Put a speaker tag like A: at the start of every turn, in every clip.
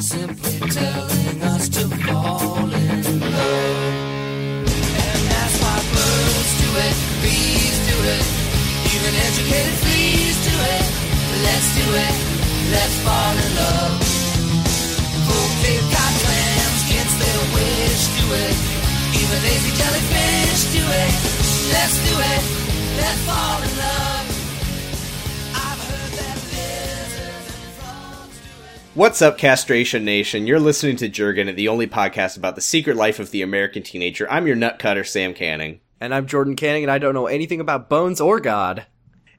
A: simply telling us to fall in love. And that's why birds do it, bees do it, even educated fleas do it. Let's do it, let's fall in love. Fulfilled cod clams gets their wish, do it. Even lazy jellyfish do it. Let's do it, let's fall in love. I've heard that lizards and frogs do it.
B: What's up, Castration Nation? You're listening to Jurgen, the only podcast about the secret life of the American teenager. I'm your nut cutter, Sam Canning.
C: And I'm Jordan Canning, and I don't know anything about bones or God.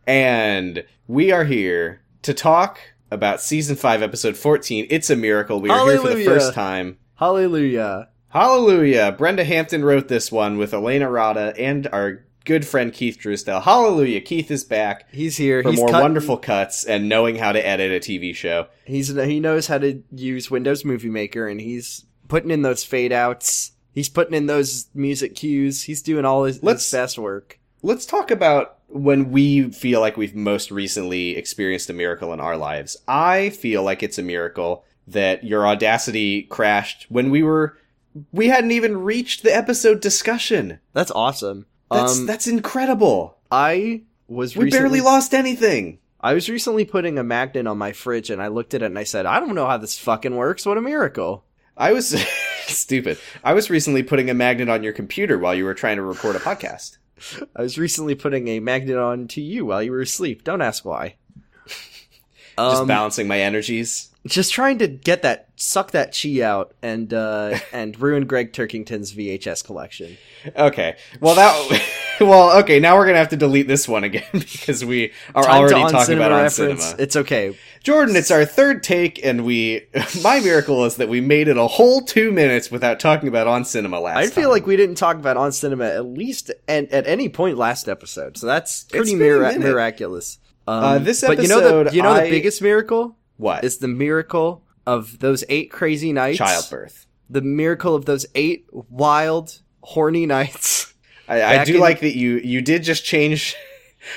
B: And we are here to talk about season 5, episode 14. It's a miracle. We are here for the
C: Hallelujah.
B: first time.
C: Hallelujah.
B: Hallelujah. Brenda Hampton wrote this one with Elena Rada and our good friend Keith Drusdell. Hallelujah. Keith is back
C: He's here.
B: for
C: he's
B: more
C: cut-
B: wonderful cuts and knowing how to edit a TV show.
C: He's he knows how to use Windows Movie Maker, and he's putting in those fade outs. He's putting in those music cues. He's doing all his,
B: Let's-
C: his best work.
B: Let's talk about when we feel like we've most recently experienced a miracle in our lives. I feel like it's a miracle that your audacity crashed when we were we hadn't even reached the episode discussion.
C: That's awesome.
B: That's
C: um,
B: that's incredible.
C: I was
B: We
C: recently,
B: barely lost anything.
C: I was recently putting a magnet on my fridge, and I looked at it and I said, "I don't know how this fucking works. What a miracle!"
B: I was stupid. I was recently putting a magnet on your computer while you were trying to record a podcast.
C: I was recently putting a magnet on to you while you were asleep. Don't ask why.
B: Just
C: Um,
B: balancing my energies.
C: just trying to get that suck that chi out and uh and ruin Greg Turkington's VHS collection.
B: Okay. Well, that. Well, okay. Now we're gonna have to delete this one again because we are
C: Time to
B: already
C: On
B: talking
C: Cinema
B: about on
C: Reference.
B: cinema.
C: It's okay.
B: Jordan, it's our third take, and we. My miracle is that we made it a whole two minutes without talking about on cinema last.
C: I feel
B: time.
C: like we didn't talk about on cinema at least and at any point last episode. So that's pretty
B: been a
C: mira-
B: minute.
C: miraculous. Um,
B: Uh, this
C: but you know the
B: episode,
C: you know
B: I-
C: the biggest miracle
B: what
C: is the miracle of those eight crazy nights.
B: childbirth.
C: The miracle of those eight wild horny nights.
B: I, I
C: Back
B: do
C: in-
B: like that you you did just change.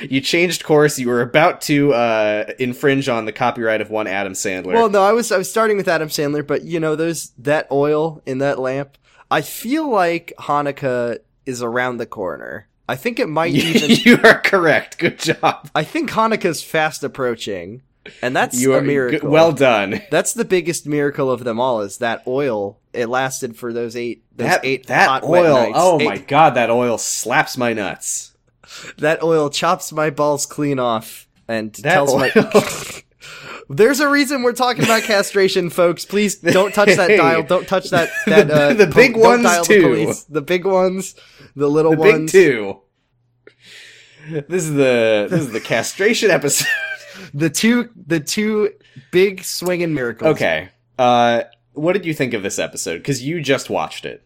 B: You changed course. You were about to uh, infringe on the copyright of one Adam Sandler.
C: Well, no, I was I was starting with Adam Sandler, but you know, those that oil in that lamp. I feel like Hanukkah is around the corner. I think it might even.
B: you are correct. Good job.
C: I think Hanukkah's fast approaching, and that's
B: You are
C: a miracle.
B: good- well done.
C: that's the biggest miracle of them all. Is that oil? It lasted for those eight. Those
B: that
C: eight
B: that
C: hot, wet
B: oil.
C: nights.
B: Oh
C: Eight-
B: my god, that oil slaps my nuts.
C: That oil chops my balls clean off and
B: That
C: tells
B: oil-
C: my. There's a reason we're talking about castration, folks. Please don't touch that
B: Hey.
C: dial. Don't touch that. that
B: The-
C: uh,
B: the big
C: don't
B: ones,
C: dial
B: too.
C: The, police. the big ones, the little
B: The big
C: ones.
B: two. This is the this is the castration episode.
C: The two, the two big swinging miracles.
B: Okay. Uh what did you think of this episode? Because you just watched it.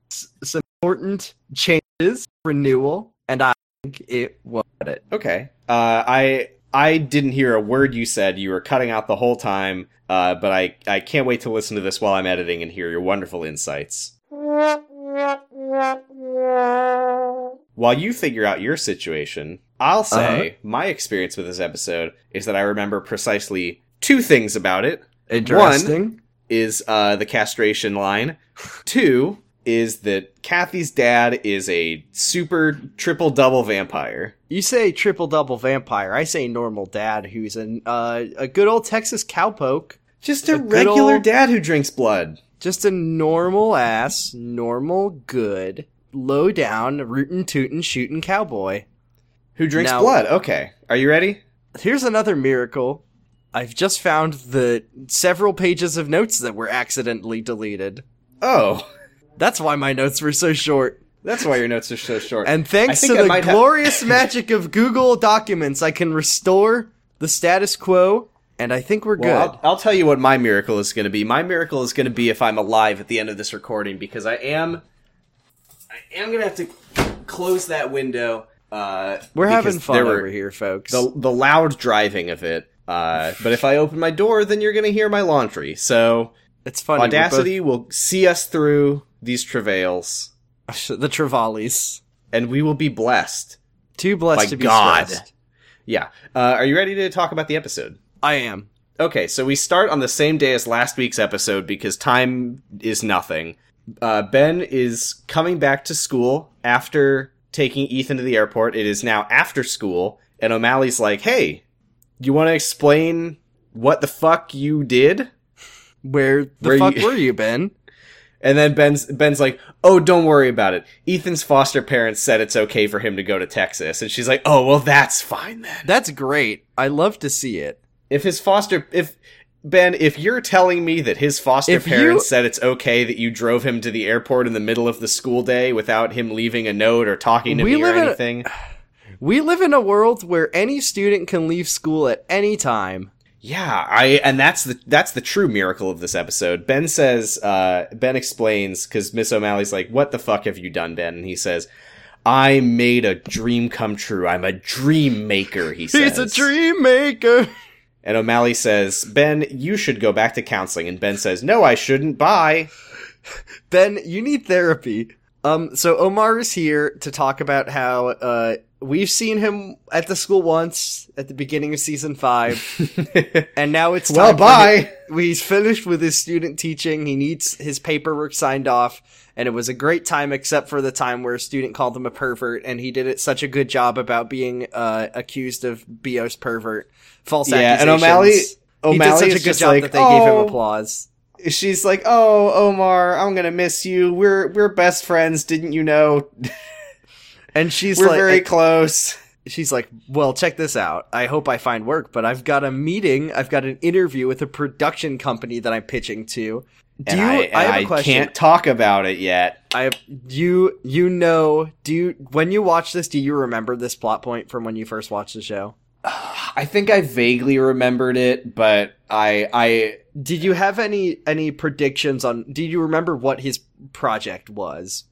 C: S- some important changes, renewal, and I think it was it.
B: Okay. Uh I I didn't hear a word you said. You were cutting out the whole time. Uh, but I, I can't wait to listen to this while I'm editing and hear your wonderful insights. While you figure out your situation, I'll say my experience with this episode is that I remember precisely two things about it.
C: Interesting.
B: is uh, the castration line. Two is that Kathy's dad is a super triple double vampire.
C: You say triple double vampire. I say normal dad, who's an uh, a good old Texas cowpoke,
B: Just a,
C: good
B: regular
C: old-
B: dad who drinks blood.
C: just a normal ass, normal good, low down, rootin' tootin' shootin' cowboy.
B: Who drinks
C: Now-
B: blood. Okay. Are you ready?
C: Here's another miracle. I've just found the several pages of notes that were accidentally deleted.
B: Oh.
C: That's why my notes were so short.
B: That's why your notes are so short.
C: And
B: I
C: thanks
B: think
C: to
B: I
C: the
B: might have-
C: glorious magic of Google Documents, I can restore the status quo, and I think we're good.
B: Well, I'll, I'll tell you what my miracle is going to be. My miracle is going to be if I'm alive at the end of this recording because I am. I am going to have to close that window. Uh,
C: We're having
B: because
C: fun
B: there were-
C: over here, folks.
B: the the loud driving of it. Uh, but if I open my door, then you're gonna hear my laundry. So
C: it's funny. we're
B: audacity will see us through these travails,
C: both- the Trevallis.
B: and we will be blessed.
C: Too blessed
B: By
C: to be
B: God.
C: stressed.
B: Yeah. Uh, are you ready to talk about the episode?
C: I am.
B: Okay, so we start on the same day as last week's episode because time is nothing. Uh, ben is coming back to school after taking Ethan to the airport. It is now after school, and O'Malley's like, "Hey, you want to explain what the fuck you did?"
C: Where the
B: Where you-
C: fuck were you, Ben?
B: And then Ben's Ben's like, "Oh, don't worry about it. Ethan's foster parents said it's okay for him to go to Texas." And she's like, "Oh, well, that's fine then."
C: That's great. I love to see it.
B: If his foster if Ben, if you're telling me that his foster
C: If you-
B: parents said it's okay that you drove him to the airport in the middle of the school day without him leaving a note or talking to
C: We
B: me or
C: live in a-
B: anything,
C: We live in a world where any student can leave school at any time.
B: yeah, I and that's the that's the true miracle of this episode. Ben says, uh, Ben explains because Miss O'Malley's like, "What the fuck have you done, Ben?" And he says, "I made a dream come true. I'm a dream maker." He says,
C: He's a dream maker.
B: And O'Malley says, "Ben, you should go back to counseling." And Ben says, "No, I shouldn't. Bye."
C: Ben, you need therapy. Um, so Omar is here to talk about how uh, we've seen him at the school once at the beginning of season five, and now it's time
B: Well,
C: for
B: bye.
C: him- He's finished with his student teaching. He needs his paperwork signed off, and it was a great time, except for the time where a student called him a pervert, and he did it such a good job about being uh, accused of BO's pervert, false
B: Yeah, and
C: accusations.
B: O'Malley-
C: he did
B: O'Malley
C: such a
B: is
C: good
B: just
C: job
B: like,
C: that they gave
B: "Oh."
C: him applause.
B: she's like, "Oh, Omar, I'm gonna miss you. We're we're best friends, didn't you know?
C: And she's
B: we're
C: like,
B: very close."
C: she's like, "Well, check this out. I hope I find work, but I've got a meeting. I've got an interview with a production company that I'm pitching to. Do
B: and
C: you?
B: I,
C: I,
B: and
C: have a
B: I
C: question.
B: can't talk about it yet.
C: I have you. You know? Do you? When you watch this, do you remember this plot point from when you first watched the show?
B: I think I vaguely remembered it, but I I
C: Did you have any any predictions on? Do you remember what his project was?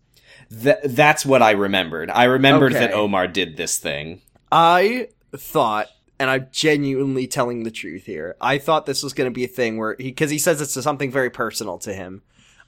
B: th- that's what I remembered. I remembered
C: Okay.
B: that Omar did this thing.
C: I thought, and I'm genuinely telling the truth here. I thought this was going to be a thing where he, because he says it's something very personal to him.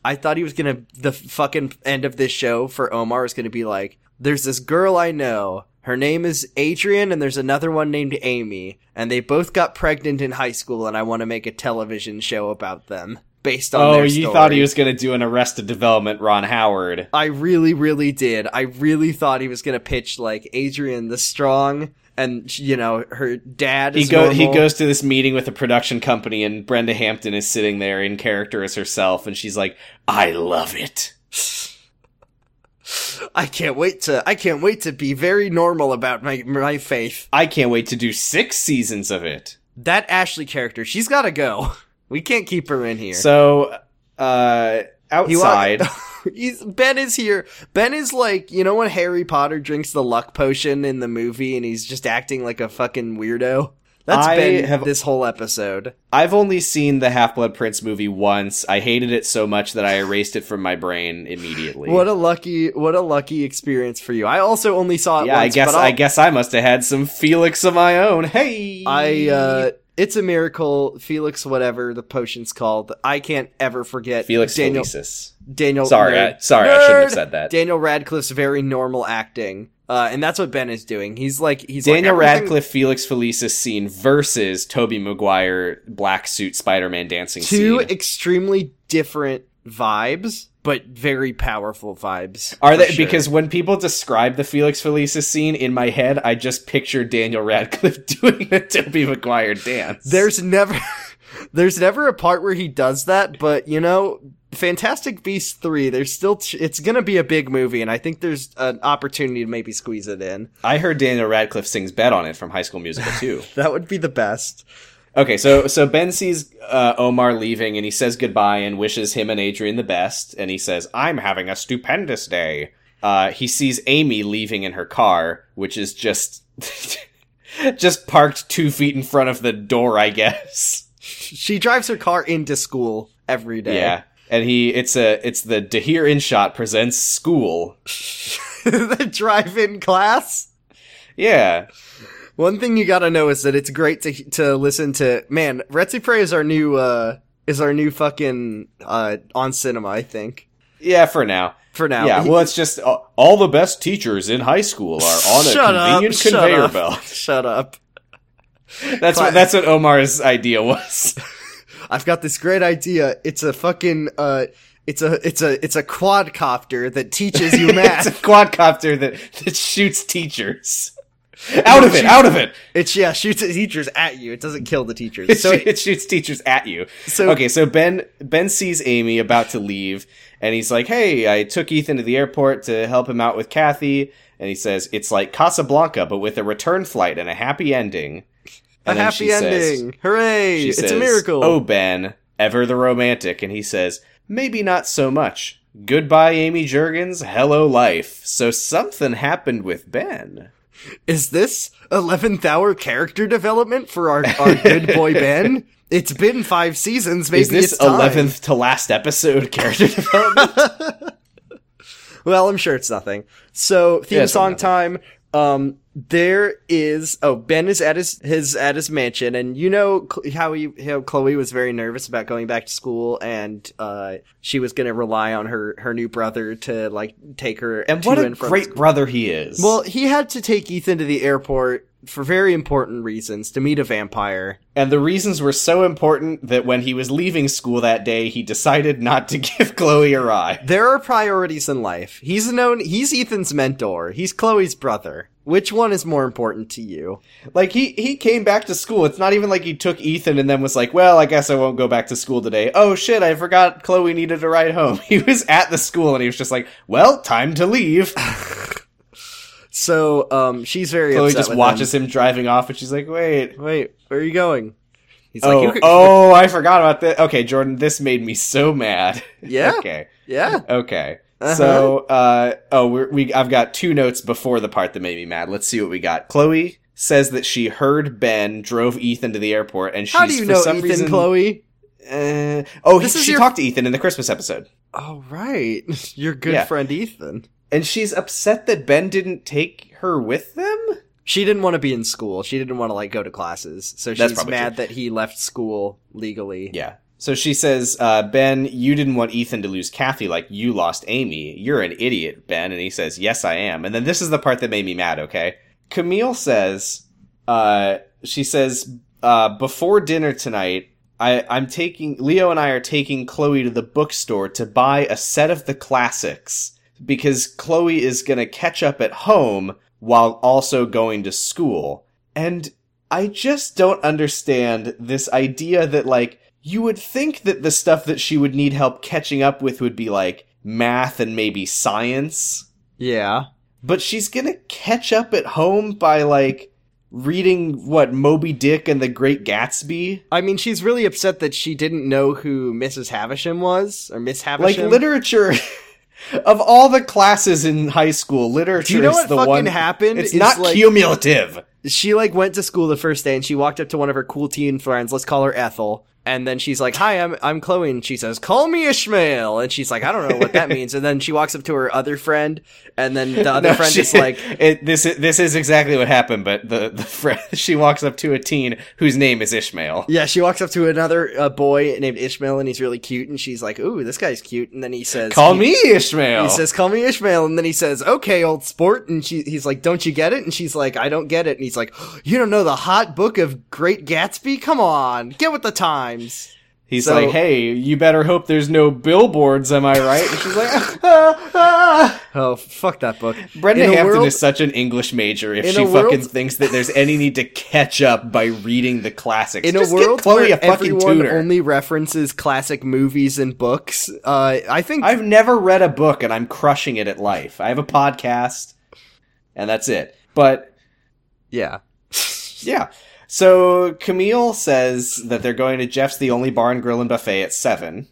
C: I thought he was going to, the fucking end of this show for Omar is going to be like, there's this girl I know. Her name is Adrian, and there's another one named Amy, and they both got pregnant in high school, and I want to make a television show about them based on.
B: Oh,
C: their
B: you
C: story.
B: thought he was gonna do an Arrested Development, Ron Howard.
C: I really, really did. I really thought he was gonna pitch like Adrian the strong, and you know her dad.
B: He
C: Is
B: go he
C: normal.
B: goes to this meeting with a production company, and Brenda Hampton is sitting there in character as herself, and she's like, "I love it."
C: I can't wait to. I can't wait to be very normal about my my faith.
B: I can't wait to do six seasons of it.
C: That Ashley character, she's gotta go. We can't keep her in here.
B: So, uh,
C: He wa-
B: outside,
C: He's, ben is here. Ben is like, you know when Harry Potter drinks the luck potion in the movie and he's just acting like a fucking weirdo? That's
B: I
C: been
B: have-
C: this whole episode.
B: I've only seen the Half Blood Prince movie once. I hated it so much that I erased it from my brain immediately.
C: What a lucky, what a lucky experience for you. I also only saw it
B: yeah,
C: once.
B: I guess
C: but I'll-
B: I guess I must have had some Felix of my own. Hey,
C: I. Uh, it's a miracle, Felix. Whatever the potion's called, I can't ever forget.
B: Felix
C: Daniel.
B: Felicis.
C: Daniel.
B: Sorry,
C: Nerd-
B: I, sorry, I shouldn't have
C: Nerd!
B: said that.
C: Daniel Radcliffe's very normal acting, uh, and that's what Ben is doing. He's like he's like,
B: Daniel
C: everything-
B: Radcliffe, Felix Felicis scene versus Toby Maguire black suit Spider-Man dancing
C: Two
B: scene.
C: extremely different vibes, but very powerful vibes.
B: Are
C: for
B: they
C: sure.
B: because when people describe the Felix Felicis scene in my head, I just picture Daniel Radcliffe doing a Toby Maguire dance.
C: There's never there's never a part where he does that, but you know, Fantastic Beasts 3, there's still ch- it's going to be a big movie and I think there's an opportunity to maybe squeeze it in.
B: I heard Daniel Radcliffe sings "Bet on It" from High School Musical too.
C: That would be the best.
B: okay, so so Ben sees uh, Omar leaving, and he says goodbye and wishes him and Adrian the best, and he says, "I'm having a stupendous day." Uh, he sees Amy leaving in her car, which is just just parked two feet in front of the door, I guess.
C: She drives her car into school every day.
B: Yeah. And he, it's a, it's the Dahir Inshot presents school.
C: the drive-in class.
B: Yeah,
C: One thing you got to know is that it's great to to listen to man, Retsy Prey is our new uh is our new fucking uh on cinema, I think.
B: yeah, for now.
C: For now.
B: Yeah,
C: He-
B: well, it's just uh, all the best teachers in high school are on a
C: Shut up,
B: convenient
C: shut
B: conveyor
C: up.
B: belt.
C: Shut up.
B: That's what that's what Omar's idea was.
C: I've got this great idea. It's a fucking uh it's a it's a it's a quadcopter that teaches you
B: it's a
C: math.
B: quadcopter that, that shoots teachers. Out of it, out of it.
C: it's yeah, shoots the teachers at you. It doesn't kill the
B: It,
C: teachers.
B: so
C: So
B: it shoots teachers at you.
C: So-
B: okay, so Ben Ben sees Amy about to leave, and he's like, "Hey, I took Ethan to the airport to help him out with Kathy." And he says, "It's like Casablanca, but with a return flight and a happy ending."
C: a
B: And then she
C: happy
B: says-
C: ending. Hooray!
B: she
C: It's
B: says,
C: a miracle.
B: Oh, Ben, ever the romantic. And he says, maybe not so much. Goodbye, Amy Jurgens. Hello, life. So something happened with Ben.
C: Is this 11th hour character development for our, our good boy Ben? It's been five seasons. Maybe
B: Is this
C: it's time.
B: 11th to last episode character development?
C: Well, I'm sure it's nothing. So theme
B: Yeah, it's
C: song
B: nothing.
C: time. Um, there is oh Ben is at his his at his mansion, and you know Cl- how he how Chloe was very nervous about going back to school, and uh, she was going to rely on her her new brother to like take her
B: and what
C: to
B: a
C: and from
B: great brother he is.
C: Well, he had to take Ethan to the airport for very important reasons to meet a vampire.
B: and the reasons were so important that when he was leaving school that day, he decided not to give Chloe a ride.
C: There are priorities in life. He's known. He's Ethan's mentor. He's Chloe's brother. Which one is more important to you?
B: Like he he came back to school. It's not even like he took Ethan and then was like, "Well, I guess I won't go back to school today." Oh shit, I forgot Chloe needed a ride home. He was at the school and he was just like, "Well, time to leave."
C: So, um, she's very.
B: Chloe
C: upset
B: just
C: with
B: watches him. driving off and she's like, "Wait."
C: him. Wait, where are you going? He's
B: oh,
C: "You could-
B: oh, I forgot about this. Okay, Jordan, this made me so mad.
C: Yeah?
B: okay.
C: yeah.
B: Okay.
C: Uh-huh.
B: So, uh, oh, we're, we I've got two notes before the part that made me mad. Let's see what we got. Chloe says that she heard Ben drove Ethan to the airport, and she's
C: How do you
B: for
C: know
B: some
C: Ethan,
B: reason,
C: Chloe?
B: Uh, oh, he-
C: This is
B: she
C: your-
B: talked to Ethan in the Christmas episode,
C: All right, your good
B: Yeah.
C: friend Ethan.
B: and she's upset that Ben didn't take her with them.
C: She didn't want to be in school. She didn't want to like go to classes. So
B: That's
C: she's
B: probably
C: mad that he left school legally.
B: Yeah. So she says, uh, "Ben, you didn't want Ethan to lose Kathy like you lost Amy. You're an idiot, Ben." And he says, "Yes, I am." And then this is the part that made me mad. Okay, Camille says, uh, "She says uh, before dinner tonight." I, I'm taking Leo and I are taking Chloe to the bookstore to buy a set of the classics. because Chloe is going to catch up at home while also going to school. And I just don't understand this idea that, like, you would think that the stuff that she would need help catching up with would be, like, math and maybe science.
C: Yeah.
B: But she's going to catch up at home by, like, reading, what, Moby Dick and the Great Gatsby?
C: I mean, she's really upset that she didn't know who Mrs. Havisham was or Miss Havisham.
B: Like, literature. Of all the classes in high school, literature
C: Do you know
B: is
C: what
B: the
C: fucking
B: one.
C: happened?
B: It's
C: is,
B: not
C: like,
B: cumulative.
C: She like went to school the first day and she walked up to one of her cool teen friends. Let's call her Ethel. And then she's like, "Hi, I'm I'm Chloe." And she says, "Call me Ishmael." And she's like, "I don't know what that means." And then she walks up to her other friend, and then the other
B: No,
C: friend
B: she-
C: is like,
B: it, this is this is exactly what happened but the the friend she walks up to a teen whose name is Ishmael
C: Yeah, she walks up to another uh, boy named Ishmael, and he's really cute. And she's like, "Ooh, this guy's cute." And then he says,
B: call
C: he-
B: me Ishmael
C: He says, "Call me Ishmael." And then he says, "Okay, old sport." And she, he's like, "Don't you get it?" And she's like, "I don't get it." And he's like, "You don't know the hot book of Great Gatsby? Come on, get with the times."
B: he's
C: so-
B: like hey you better hope there's no billboards am I right and she's like ah, ah.
C: Oh, fuck that book.
B: Brenda
C: In a
B: Hampton
C: world-
B: is such an English major if
C: In
B: she
C: a world-
B: fucking thinks that there's any need to catch up by reading the classics
C: in
B: Just
C: a world
B: get Chloe
C: where
B: a fucking
C: everyone
B: tutor
C: only references classic movies and books, uh, I think
B: I've never read a book and I'm crushing it at life I have a podcast and that's it but
C: yeah.
B: Yeah. So Camille says that they're going to Jeff's the only bar and grill and buffet at seven.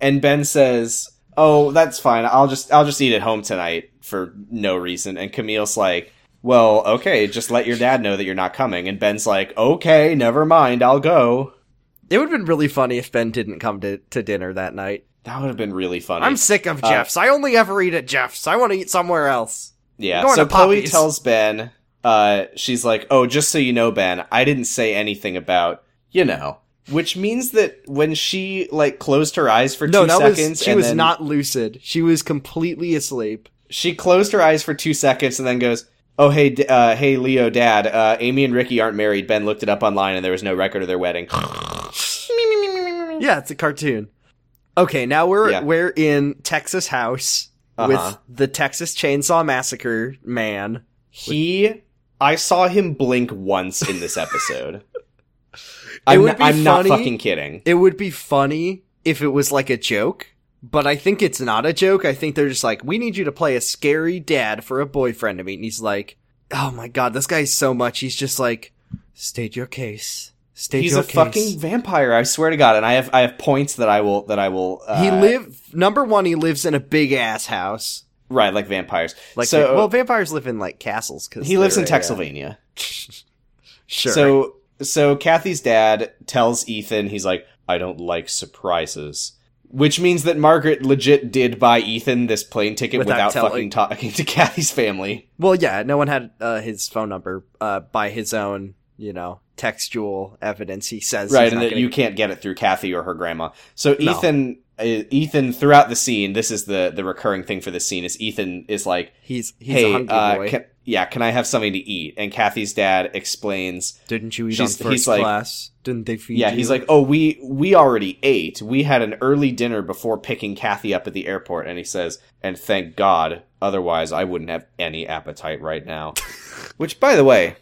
B: and Ben says, Oh, that's fine. I'll just I'll just eat at home tonight for no reason. And Camille's like, Well, okay, just let your dad know that you're not coming. And Ben's like, Okay, never mind, I'll go.
C: It would have been really funny if Ben didn't come to, to dinner that night. uh,
B: That would have been really funny.
C: I'm sick of Jeff's. I only ever eat at Jeff's. I want to eat somewhere else.
B: Yeah.
C: Going
B: so
C: to
B: Chloe
C: Poppy's.
B: tells Ben, uh, she's like, "Oh, just so you know, Ben, I didn't say anything about you know." Which means that when she like closed her eyes for
C: No,
B: two
C: that
B: seconds,
C: was she
B: and
C: was
B: then
C: not lucid. She was completely asleep.
B: She closed her eyes for two seconds and then goes, oh hey, D- uh, hey Leo, Dad, uh, Amy and Ricky aren't married. Ben looked it up online, and there was no record of their wedding.
C: Yeah, it's a cartoon. Okay, now we're
B: Yeah.
C: we're in Texas House
B: Uh-huh.
C: with the Texas Chainsaw Massacre man.
B: He, I saw him blink once in this episode. I'm,
C: would be
B: I'm not
C: funny-
B: fucking kidding.
C: It would be funny if it was like a joke, but I think it's not a joke. I think they're just like, we need you to play a scary dad for a boyfriend to meet. And he's like, oh my god, this guy's so much. He's just like, state your case. State
B: He's
C: your
B: a
C: case.
B: fucking vampire. I swear to God, and I have I have points that I will that I will. Uh,
C: he live number one. He lives in a big ass house.
B: right like vampires.
C: Like,
B: Like so,
C: well, vampires live in like castles because
B: he lives in Texelvania.
C: Sure.
B: So so Kathy's dad tells Ethan he's like I don't like surprises, which means that Margaret legit did buy Ethan this plane ticket
C: Without
B: without,
C: telling-
B: fucking talking to Kathy's family.
C: Well, yeah, no one had uh, his phone number uh, by his own, you know, textual evidence. He says,
B: right,
C: he's
B: and
C: not
B: that
C: gonna-
B: you can't get it through Kathy or her grandma. So
C: No.
B: Ethan, uh, Ethan, throughout the scene, this is the the recurring thing for this scene is Ethan is like,
C: he's he's a
B: "Hey,
C: hungry
B: uh,
C: boy.
B: can, yeah, can I have something to eat?" And Kathy's dad explains,
C: Didn't you eat on
B: she's-
C: first
B: he's like-
C: class? Didn't they feed
B: "Yeah,
C: you?
B: he's like, oh, we we already ate. We had an early dinner before picking Kathy up at the airport." And he says, "And thank God, otherwise I wouldn't have any appetite right now." Which, by the way,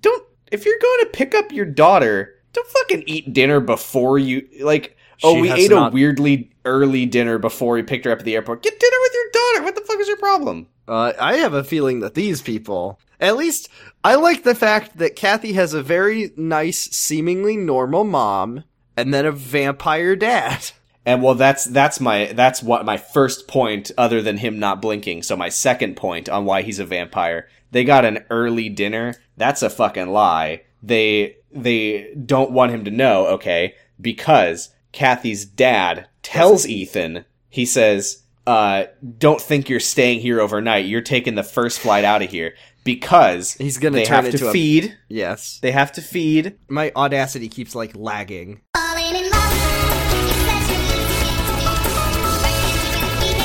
B: don't if you're going to pick up your daughter, don't fucking eat dinner before you like. Oh,
C: She
B: we
C: has
B: ate
C: not-
B: a weirdly early dinner before we picked her up at the airport. Get dinner with your daughter. What the fuck is your problem?
C: Uh, I have a feeling that these people, at least, I like the fact that Kathy has a very nice, seemingly normal mom, and then a vampire dad.
B: And well, that's that's my that's what my first point, other than him not blinking. So my second point on why he's a vampire. They got an early dinner. That's a fucking lie. They they don't want him to know. Okay, because Kathy's dad tells Ethan. He says, uh, "Don't think you're staying here overnight. You're taking the first flight out of here because
C: He's gonna
B: they
C: turn
B: have
C: into
B: to
C: a-
B: feed.
C: Yes,
B: They have to feed."
C: my audacity keeps like lagging.
D: Falling in love, it's such an easy thing to do. But can't you really be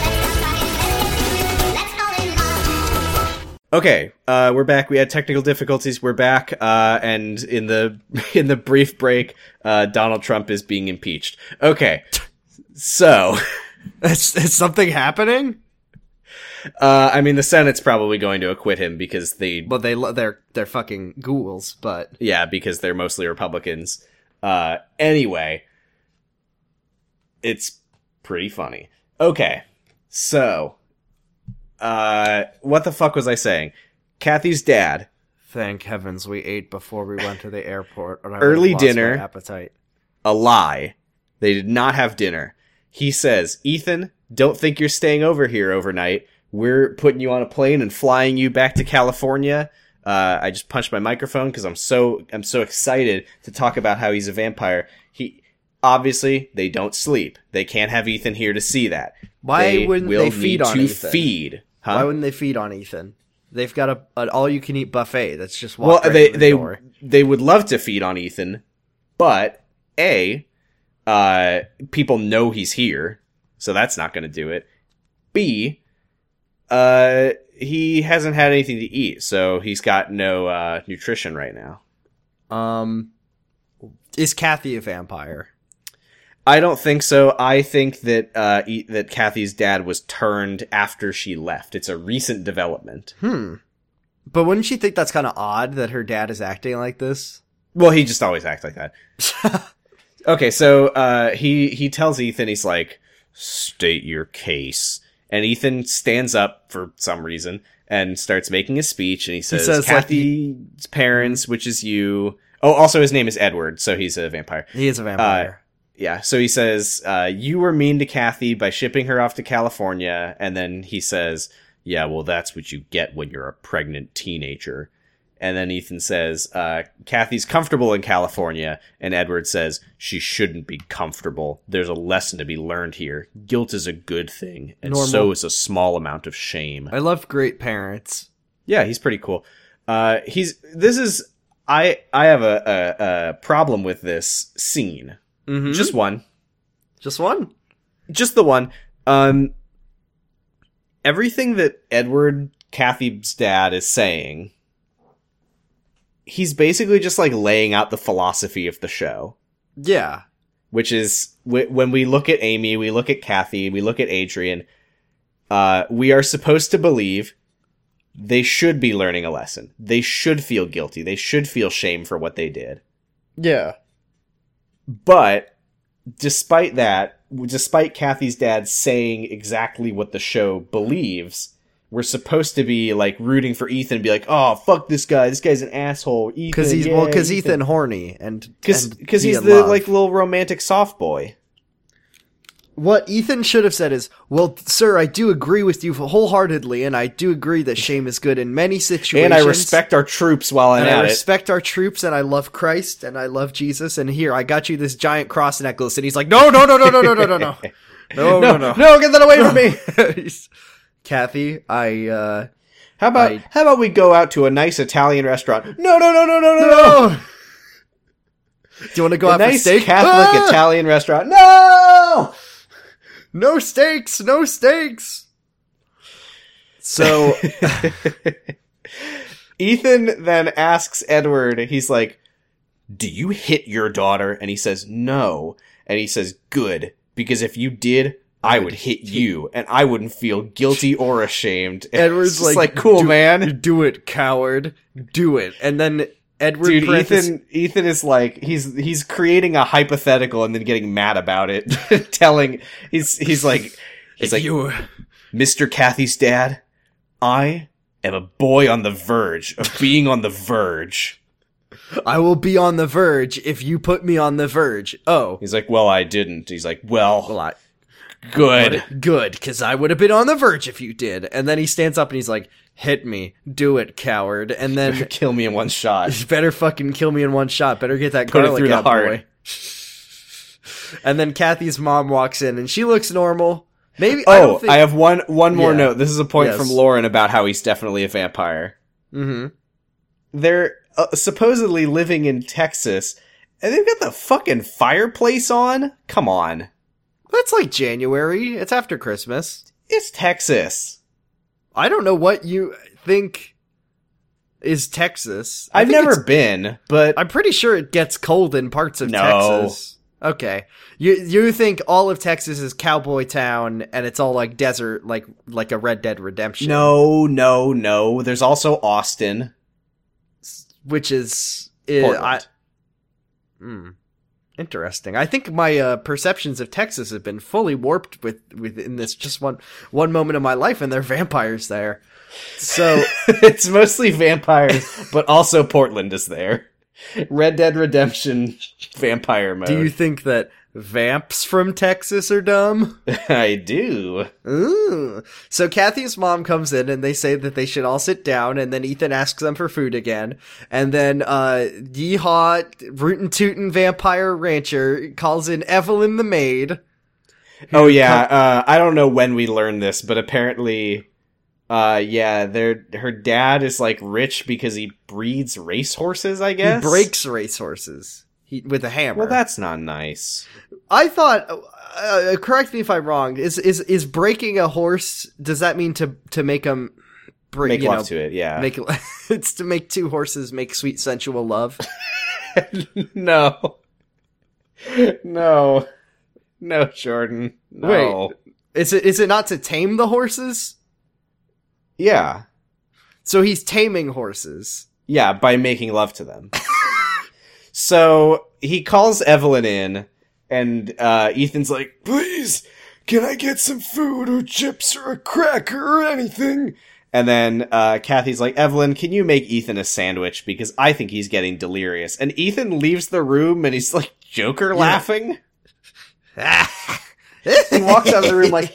D: dangerous? Let's not try and let Let's fall in love.
B: Okay, uh, we're back. We had technical difficulties. We're back, uh, and in the in the brief break, uh, Donald Trump is being impeached. Okay, so
C: Is, is something happening?
B: uh, I mean, the Senate's probably going to acquit him because they,
C: Well, they lo- they're they're fucking ghouls, but
B: yeah, because they're mostly Republicans. Uh, anyway, it's pretty funny. Okay, so uh, what the fuck was I saying? Kathy's dad
C: thank heavens we ate before we went to the airport. Or I
B: Early
C: would've lost my
B: dinner.
C: appetite.
B: a lie. They did not have dinner. He says, Ethan, don't think you're staying over here overnight. We're putting you on a plane and flying you back to California. Uh, I just punched my microphone because I'm so I'm so excited to talk about how he's a vampire. He obviously they don't sleep. They can't have Ethan here to see that.
C: Why wouldn't they feed on Ethan?
B: feed? Huh?
C: Why wouldn't they feed on Ethan? They've got a an all you can eat buffet that's just
B: well,
C: walked right
B: they
C: to the
B: they
C: door.
B: they would love to feed on Ethan, but a uh, people know he's here, so that's not going to do it. B, uh, he hasn't had anything to eat, so he's got no uh, nutrition right now.
C: Um, is Kathy a vampire?
B: I don't think so. I think that uh, e- that Kathy's dad was turned after she left. It's a recent development.
C: Hmm. But wouldn't she think that's kind of odd that her dad is acting like this?
B: Well, he just always acts like that. okay, so uh, he he tells Ethan he's like, "State your case," and Ethan stands up for some reason and starts making his speech, and he says,
C: says, like,
B: "Kathy's parents, which is you." Oh, also his name is Edward, so he's a vampire.
C: He is a vampire.
B: Yeah, so he says, uh, "You were mean to Kathy by shipping her off to California," and then he says, "Yeah, well, that's what you get when you're a pregnant teenager." And then Ethan says, uh, "Kathy's comfortable in California," and Edward says, "She shouldn't be comfortable. There's a lesson to be learned here. Guilt is a good thing, and
C: Normal.
B: so is a small amount of shame."
C: I love great parents.
B: Yeah, he's pretty cool. Uh, he's this is I I have a, a, a problem with this scene.
C: Mhm.
B: Just one
C: Just one.
B: just the one. Um, everything that Edward Kathy's dad is saying, he's basically just like laying out the philosophy of the show,
C: Yeah.
B: which is wh- when we look at Amy, we look at Kathy, we look at Adrian, uh, we are supposed to believe they should be learning a lesson. They should feel guilty. They should feel shame for what they did.
C: Yeah.
B: But despite that, despite Kathy's dad saying exactly what the show believes, we're supposed to be like rooting for Ethan and be like, "Oh, fuck this guy. This guy's an asshole." Ethan,
C: Because he's well, because Ethan horny and
B: because
C: and
B: because
C: he
B: he's
C: in
B: the
C: love.
B: like little romantic soft boy.
C: what Ethan should have said is, "Well, sir, I do agree with you wholeheartedly, and I do agree that shame is good in many situations,
B: And I respect our troops while I'm
C: and
B: at
C: I
B: it.
C: respect our troops, and I love Christ, and I love Jesus, and here I got you this giant cross necklace." And he's like, "No, no, no, no, no, no, no, no, no, no, no, no,
B: no, get that away from me.
C: He's- Kathy, I uh,
B: How about
C: I-
B: how about we go out to a nice Italian restaurant? No, no, no, no, no, no, no.
C: no. Do you want to go
B: A
C: out for
B: nice
C: steak?
B: Catholic
C: Ah!
B: Italian restaurant. No.
C: No stakes, no stakes. So
B: Ethan then asks Edward, he's like, Do you hit your daughter? And he says, No. And he says, Good, because if you did, I would hit you, and I wouldn't feel guilty or ashamed. And
C: Edward's
B: it's just
C: like,
B: Cool,
C: "Do-
B: man.
C: do it, coward, do it. And then Edward
B: Dude,
C: parentheses-
B: Ethan Ethan is like he's he's creating a hypothetical and then getting mad about it, telling he's he's like he's like
C: you
B: Mr. Kathy's dad, I am a boy on the verge of being on the verge.
C: I will be on the verge if you put me on the verge. Oh.
B: He's like, well, I didn't. He's like, well,
C: Well,
B: good.
C: I, good, because I would have been on the verge if you did. And then he stands up and he's like, hit me, do it, coward. And then
B: Kill me in one shot.
C: You better fucking kill me in one shot. Better get that
B: Put it
C: garlic
B: through the
C: out,
B: heart.
C: boy. And then Kathy's mom walks in, and she looks normal. Maybe I
B: Oh,
C: don't think.
B: I, have one one more
C: Yeah.
B: note. This is a point
C: Yes.
B: from Lauren about how he's definitely a vampire.
C: Mhm.
B: They're uh, supposedly living in Texas, and they've got the fucking fireplace on. Come on,
C: That's like January. It's after Christmas.
B: it's Texas.
C: I don't know what you think is Texas. I
B: I've
C: think
B: never
C: it's-
B: been, but
C: I'm pretty sure it gets cold in parts of
B: No.
C: Texas. Okay, you you think all of Texas is cowboy town, and it's all like desert, like like a Red Dead Redemption.
B: no, no, no. There's also Austin,
C: which is eh,
B: Portland.
C: I, Hmm. interesting. I think my uh, perceptions of Texas have been fully warped with within this just one one moment of my life, and they're vampires there. So
B: it's mostly vampires, but also Portland is there. Red Dead Redemption vampire mode.
C: do you think that vamps from Texas are dumb?
B: I do.
C: Ooh. So Kathy's mom comes in and they say that they should all sit down and then Ethan asks them for food again. And then, uh, yeehaw, rootin' tootin' vampire rancher calls in Evelyn the maid.
B: Oh yeah, uh, I don't know when we learned this, but apparently, uh, yeah, their her dad is like rich because he breeds racehorses. I guess
C: He breaks racehorses he, with a hammer.
B: Well, that's not nice.
C: I thought. Uh, correct me if I'm wrong. Is is is breaking a horse? Does that mean to to make them break?
B: Make
C: you
B: love
C: know,
B: to it, yeah.
C: Make it's to make two horses make sweet sensual love.
B: no, no, no, Jordan. No.
C: Is it is it not to tame the horses?
B: yeah,
C: So he's taming horses.
B: yeah, by making love to them. so he calls Evelyn in, and uh, Ethan's like, "Please, can I get some food or chips or a cracker or anything?" And then uh, Kathy's like, Evelyn, can you make Ethan a sandwich? Because I think he's getting delirious. And Ethan leaves the room and he's like Joker laughing. he walks out of the room like,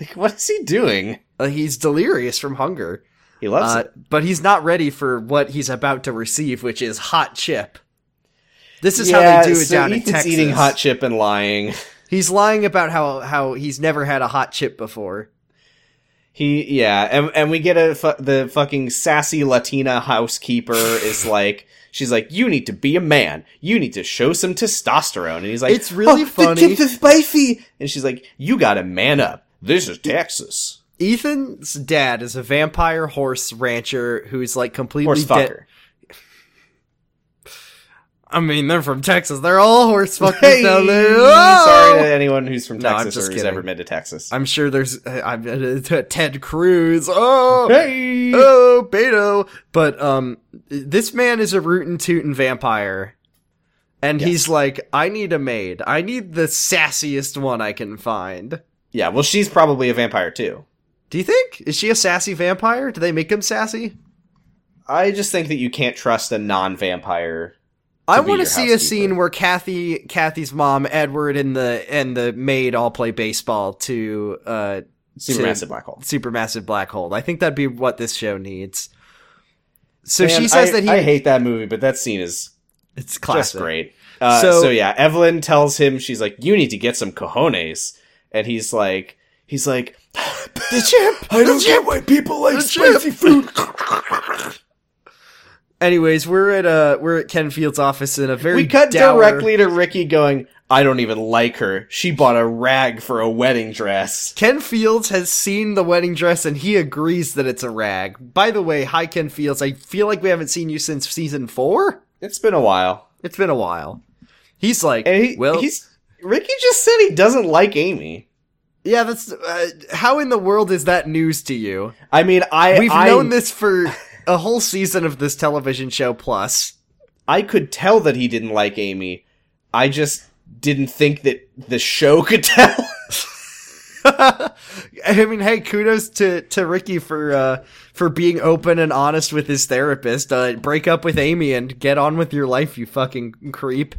B: like, what is he doing?
C: Uh, he's delirious from hunger,
B: He loves
C: uh,
B: it.
C: but he's not ready for what he's about to receive, which is hot chip. This is how
B: Yeah,
C: they do it
B: so
C: down
B: Ethan's
C: in Texas.
B: eating hot chip and lying.
C: He's lying about how how he's never had a hot chip before.
B: He yeah, and and we get a fu- the fucking sassy Latina housekeeper is like she's like you need to be a man. You need to show some testosterone. And he's like "Oh,
C: It's really
B: The
C: funny."
B: chips are spicy. And she's like you got to man up. This is Texas.
C: Ethan's dad is a vampire horse rancher who's like completely
B: Horse
C: dead-
B: fucker.
C: I mean, they're from Texas. They're all horse fuckers down there.
B: sorry
C: Oh!
B: to anyone who's from
C: No, I'm
B: Texas
C: just
B: or who's
C: kidding.
B: ever been to Texas.
C: I'm sure there's uh, I'm, uh, Ted Cruz. Oh,
B: hey,
C: oh, Beto. But um, this man is a rootin' tootin' vampire, and he's like, I need a maid. I need the sassiest one I can find.
B: yeah. Well, she's probably a vampire too.
C: Do you think is she a sassy vampire? Do they make him sassy?
B: I just think that you can't trust a non-vampire.
C: I
B: be
C: want to
B: your
C: see a scene
B: housekeeper.
C: where Kathy, Kathy's mom, Edward, and the and the maid all play baseball to uh,
B: Supermassive black hole.
C: supermassive black hole. I think that'd be what this show needs. So she
B: Man,
C: says
B: I-
C: that he.
B: I hate that movie, but that scene is
C: it's classic.
B: Just great. Uh,
C: So-
B: so, yeah, Evelyn tells him she's like, "You need to get some cojones," and he's like, "He's like,
C: The chimp.
B: I don't
C: the chimp.
B: get why people like
C: The chimp!
B: spicy food."
C: Anyways, we're at uh we're at Ken Field's office in a very
B: we cut
C: dour-
B: directly to Ricky going, "I don't even like her. She bought a rag for a wedding dress."
C: Ken Fields has seen the wedding dress and he agrees that it's a rag. By the way, hi Ken Fields. I feel like we haven't seen you since season four.
B: It's been a while,
C: It's been a while. He's like,
B: and he,
C: well,
B: he's Ricky just said he doesn't like Amy.
C: yeah. That's uh, how in the world is that news to you?
B: I mean, I
C: We've
B: I-
C: known this for a whole season of this television show plus.
B: I could tell that he didn't like Amy. I just didn't think that the show could tell.
C: I mean, hey, kudos to to Ricky for uh, for being open and honest with his therapist. Uh, break up with Amy and get on with your life, you fucking creep.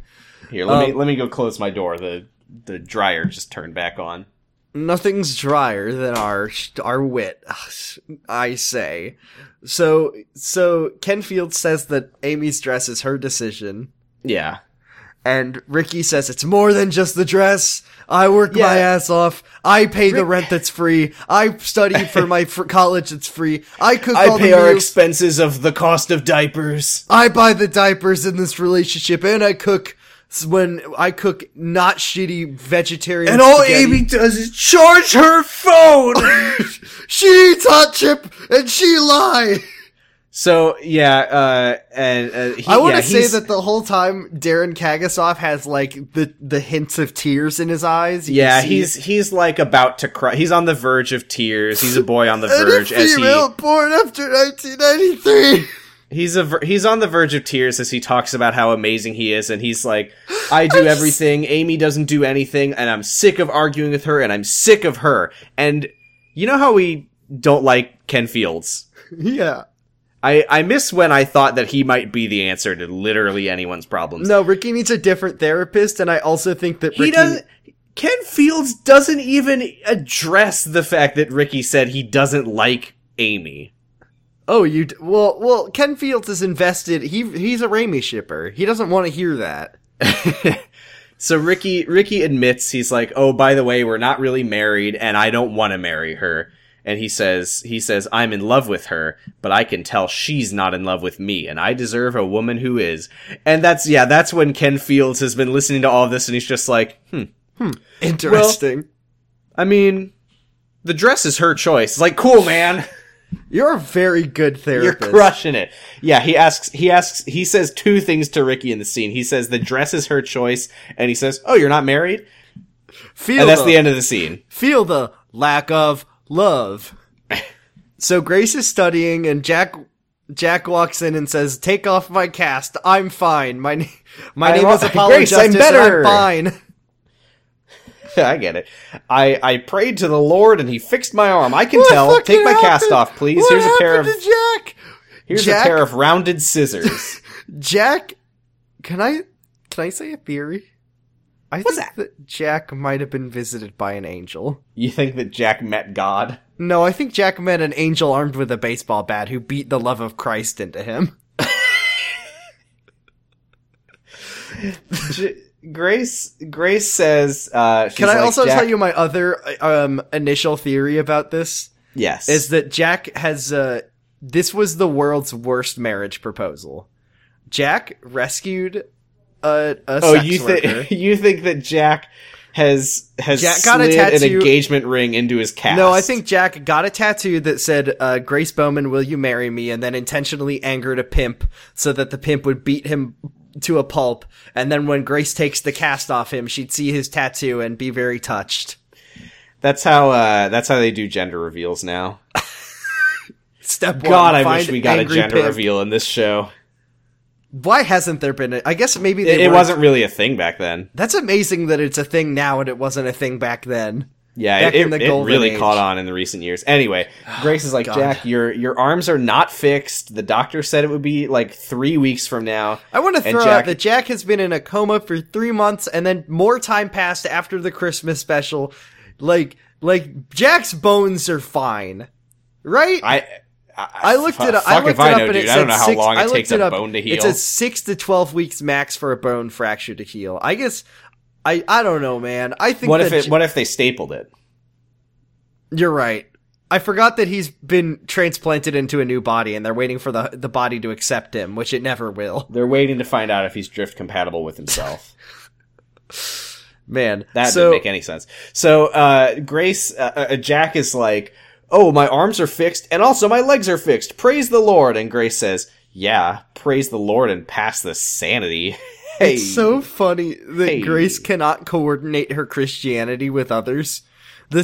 B: Here, let me
C: Um,
B: let me go close my door. The the dryer just turned back on.
C: Nothing's drier than our our wit, I say. So so Ken Field says that Amy's dress is her decision,
B: Yeah.
C: and Ricky says it's more than just the dress. I work
B: Yeah.
C: my ass off. I pay the rent that's free. I study for my fr- college that's free. I cook
B: I
C: all
B: pay
C: the
B: our
C: meals.
B: expenses of the cost of diapers.
C: I buy the diapers in this relationship, and I cook s- when I cook not shitty vegetarian. spaghetti.
B: does is charge her phone.
C: she eats hot chip and she lie.
B: so yeah, uh, and uh, he,
C: I want to
B: yeah,
C: say
B: he's-
C: that the whole time Darren Kagasov has like the the hints of tears in his eyes. You can
B: Yeah,
C: see
B: he's he's like about to cry. He's on the verge of tears. He's a boy on the
C: and a
B: verge as
C: female
B: he
C: born after 1993.
B: he's a ver- he's on the verge of tears as he talks about how amazing he is, and he's like, I do everything. Amy doesn't do anything, and I'm sick of arguing with her, and I'm sick of her. And you know how we don't like Ken Fields.
C: yeah.
B: I, I miss when I thought that he might be the answer to literally anyone's problems.
C: No, Ricky needs a different therapist, and I also think that
B: he
C: Ricky,
B: doesn't. Ken Fields doesn't even address the fact that Ricky said he doesn't like Amy.
C: Oh, you d- well, well. Ken Fields is invested. He he's a Raimi shipper. He doesn't want to hear that.
B: So Ricky Ricky admits he's like, "Oh, by the way, we're not really married and I don't want to marry her." And he says he says, "I'm in love with her, but I can tell she's not in love with me and I deserve a woman who is." And that's yeah, that's when Ken Fields has been listening to all this and he's just like, "Hmm,
C: Interesting.
B: I mean, the dress is her choice." It's like, "Cool, man.
C: You're a very good
B: You're
C: therapist.
B: crushing it." Yeah, he asks he asks he says two things to Ricky in the scene. He says the dress is her choice and he says, "Oh, you're not married?"
C: Feel
B: And that's
C: the-
B: the end of the scene.
C: feel the lack of love. so Grace is studying, and Jack Jack walks in and says, "Take off my cast. I'm fine. My na- my
B: I'm
C: name
B: al-
C: is Apollo
B: Grace, I'm
C: Justice. and
B: better."
C: I'm fine."
B: I get it. I, I prayed to the Lord and he fixed my arm. I can tell.
C: What
B: Take my
C: fucking
B: cast
C: happened?
B: off, please.
C: What
B: here's a pair of
C: happened to Jack.
B: here's
C: Jack?
B: a pair of rounded scissors.
C: Jack, can I can I say a theory? I
B: What's
C: think
B: that?
C: that Jack might have been visited by an angel.
B: you think that Jack met God?
C: No, I think Jack met an angel armed with a baseball bat who beat the love of Christ into him.
B: J- Grace Grace says uh, she's
C: Can I
B: like,
C: also
B: "Jack-"
C: tell you my other um, initial theory about this?
B: Yes.
C: Is that Jack has uh, this was the world's worst marriage proposal. Jack rescued a, a
B: oh
C: sex
B: you Oh,
C: worker.
B: think you think that Jack has has
C: Jack got a
B: slid an
C: tattoo-
B: engagement ring into his cast.
C: No, I think Jack got a tattoo that said, uh, Grace Bowman, will you marry me? And then intentionally angered a pimp so that the pimp would beat him to a pulp. And then when Grace takes the cast off him, she'd see his tattoo and be very touched.
B: that's how uh, that's how they do gender reveals now.
C: Step one.
B: God, I
C: find
B: wish we got a
C: angry
B: gender
C: pimp.
B: reveal in this show.
C: Why hasn't there been a, I guess maybe they
B: It, it
C: weren't-
B: wasn't really a thing back then.
C: That's amazing that it's a thing now and it wasn't a thing back then.
B: Yeah,
C: Back
B: it, it,
C: in the
B: it
C: golden
B: really
C: age. Oh,
B: caught on in the recent years. Anyway, Grace is like,
C: God.
B: Jack, your your arms are not fixed. The doctor said it would be like three weeks from now.
C: I want to
B: And
C: throw
B: Jack-
C: out that Jack has been in a coma for three months, and then more time passed after the Christmas special. Like, like Jack's bones are fine, right?
B: I I,
C: I looked
B: fu-
C: it up. I
B: fuck if
C: looked it
B: I
C: up,
B: know,
C: and
B: dude.
C: it
B: I
C: said
B: don't know how
C: six,
B: long
C: I
B: it
C: looked
B: takes
C: it
B: a
C: up.
B: bone to
C: It
B: heal.
C: says six to twelve weeks max for a bone fracture to heal. I guess. I I don't know, man. I think
B: what
C: that
B: if it,
C: J-
B: what if they stapled it?
C: you're right. I forgot that he's been transplanted into a new body, and they're waiting for the the body to accept him, which it never will.
B: They're waiting to find out if he's drift compatible with himself.
C: Man,
B: That
C: so,
B: didn't make any sense. So uh, Grace, uh, uh, Jack is like, "Oh, my arms are fixed, and also my legs are fixed. Praise the Lord!" And Grace says, "Yeah, praise the Lord and pass the sanity." hey,
C: It's so funny that
B: Hey.
C: Grace cannot coordinate her Christianity with others. The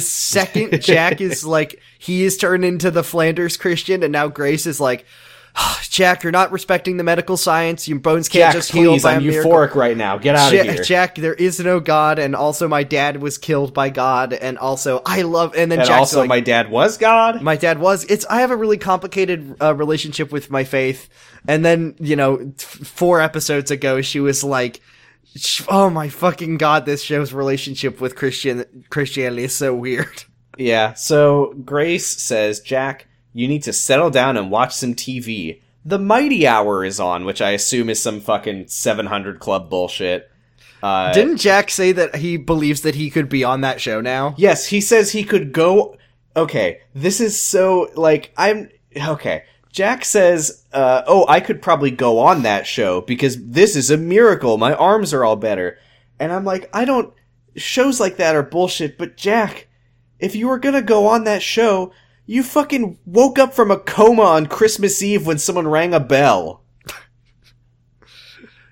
C: second Jack is like, he is turned into the Flanders Christian, and now Grace is like, "Ah, Jack, you're not respecting the medical science. Your bones can't
B: Jack,
C: just heal
B: please,
C: by
B: I'm
C: a miracle.
B: euphoric right now. Get out of
C: Ja-
B: here.
C: Jack, there is no God, and also my dad was killed by God, and also I love. And then
B: and
C: Jack's
B: also,
C: like,
B: my dad was God.
C: my dad was it's i have a really complicated uh, relationship with my faith and then you know f- four episodes ago she was like sh- oh my fucking god this show's relationship with christian christianity is so weird
B: Yeah. So Grace says, Jack, you need to settle down and watch some TV. The Mighty Hour is on, which I assume is some fucking 700 Club bullshit. Uh,
C: didn't jack say that he believes that he could be on that show now
B: Yes, he says he could go. Okay, this is so like I'm okay. Jack says, uh, "Oh, I could probably go on that show because this is a miracle. My arms are all better." And I'm like, "I don't shows like that are bullshit, but Jack, if you were going to go on that show, you fucking woke up from a coma on Christmas Eve when someone rang a bell."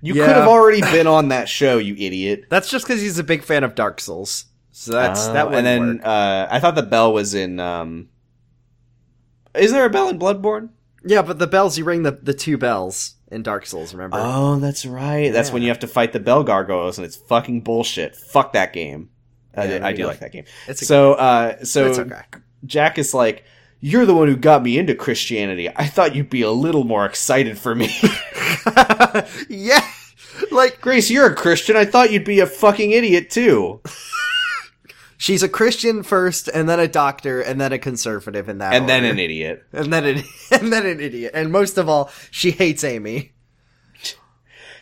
B: You could
C: Yeah.
B: have already been on that show, you idiot.
C: that's just because he's a big fan of dark souls so that's
B: Oh,
C: that would
B: and then
C: work.
B: uh, I thought the bell was in. Um, is there a bell in Bloodborne?
C: yeah but the bells you ring the, the two bells in dark souls remember
B: Oh, that's right. That's when you have to fight the bell gargoyles, and it's fucking bullshit. Fuck that game. I,
C: Yeah,
B: did-
C: there
B: I
C: you
B: do
C: go.
B: like that game.
C: It's a
B: so, uh, so
C: it's okay
B: Jack is like, "You're the one who got me into Christianity. I thought you'd be a little more excited for me."
C: yeah like
B: Grace, you're a Christian. I thought you'd be a fucking idiot too.
C: Oh, She's a Christian first, and then a doctor, and then a conservative in that.
B: And then
C: order.
B: an idiot.
C: and then an and then an idiot, and most of all, she hates Amy.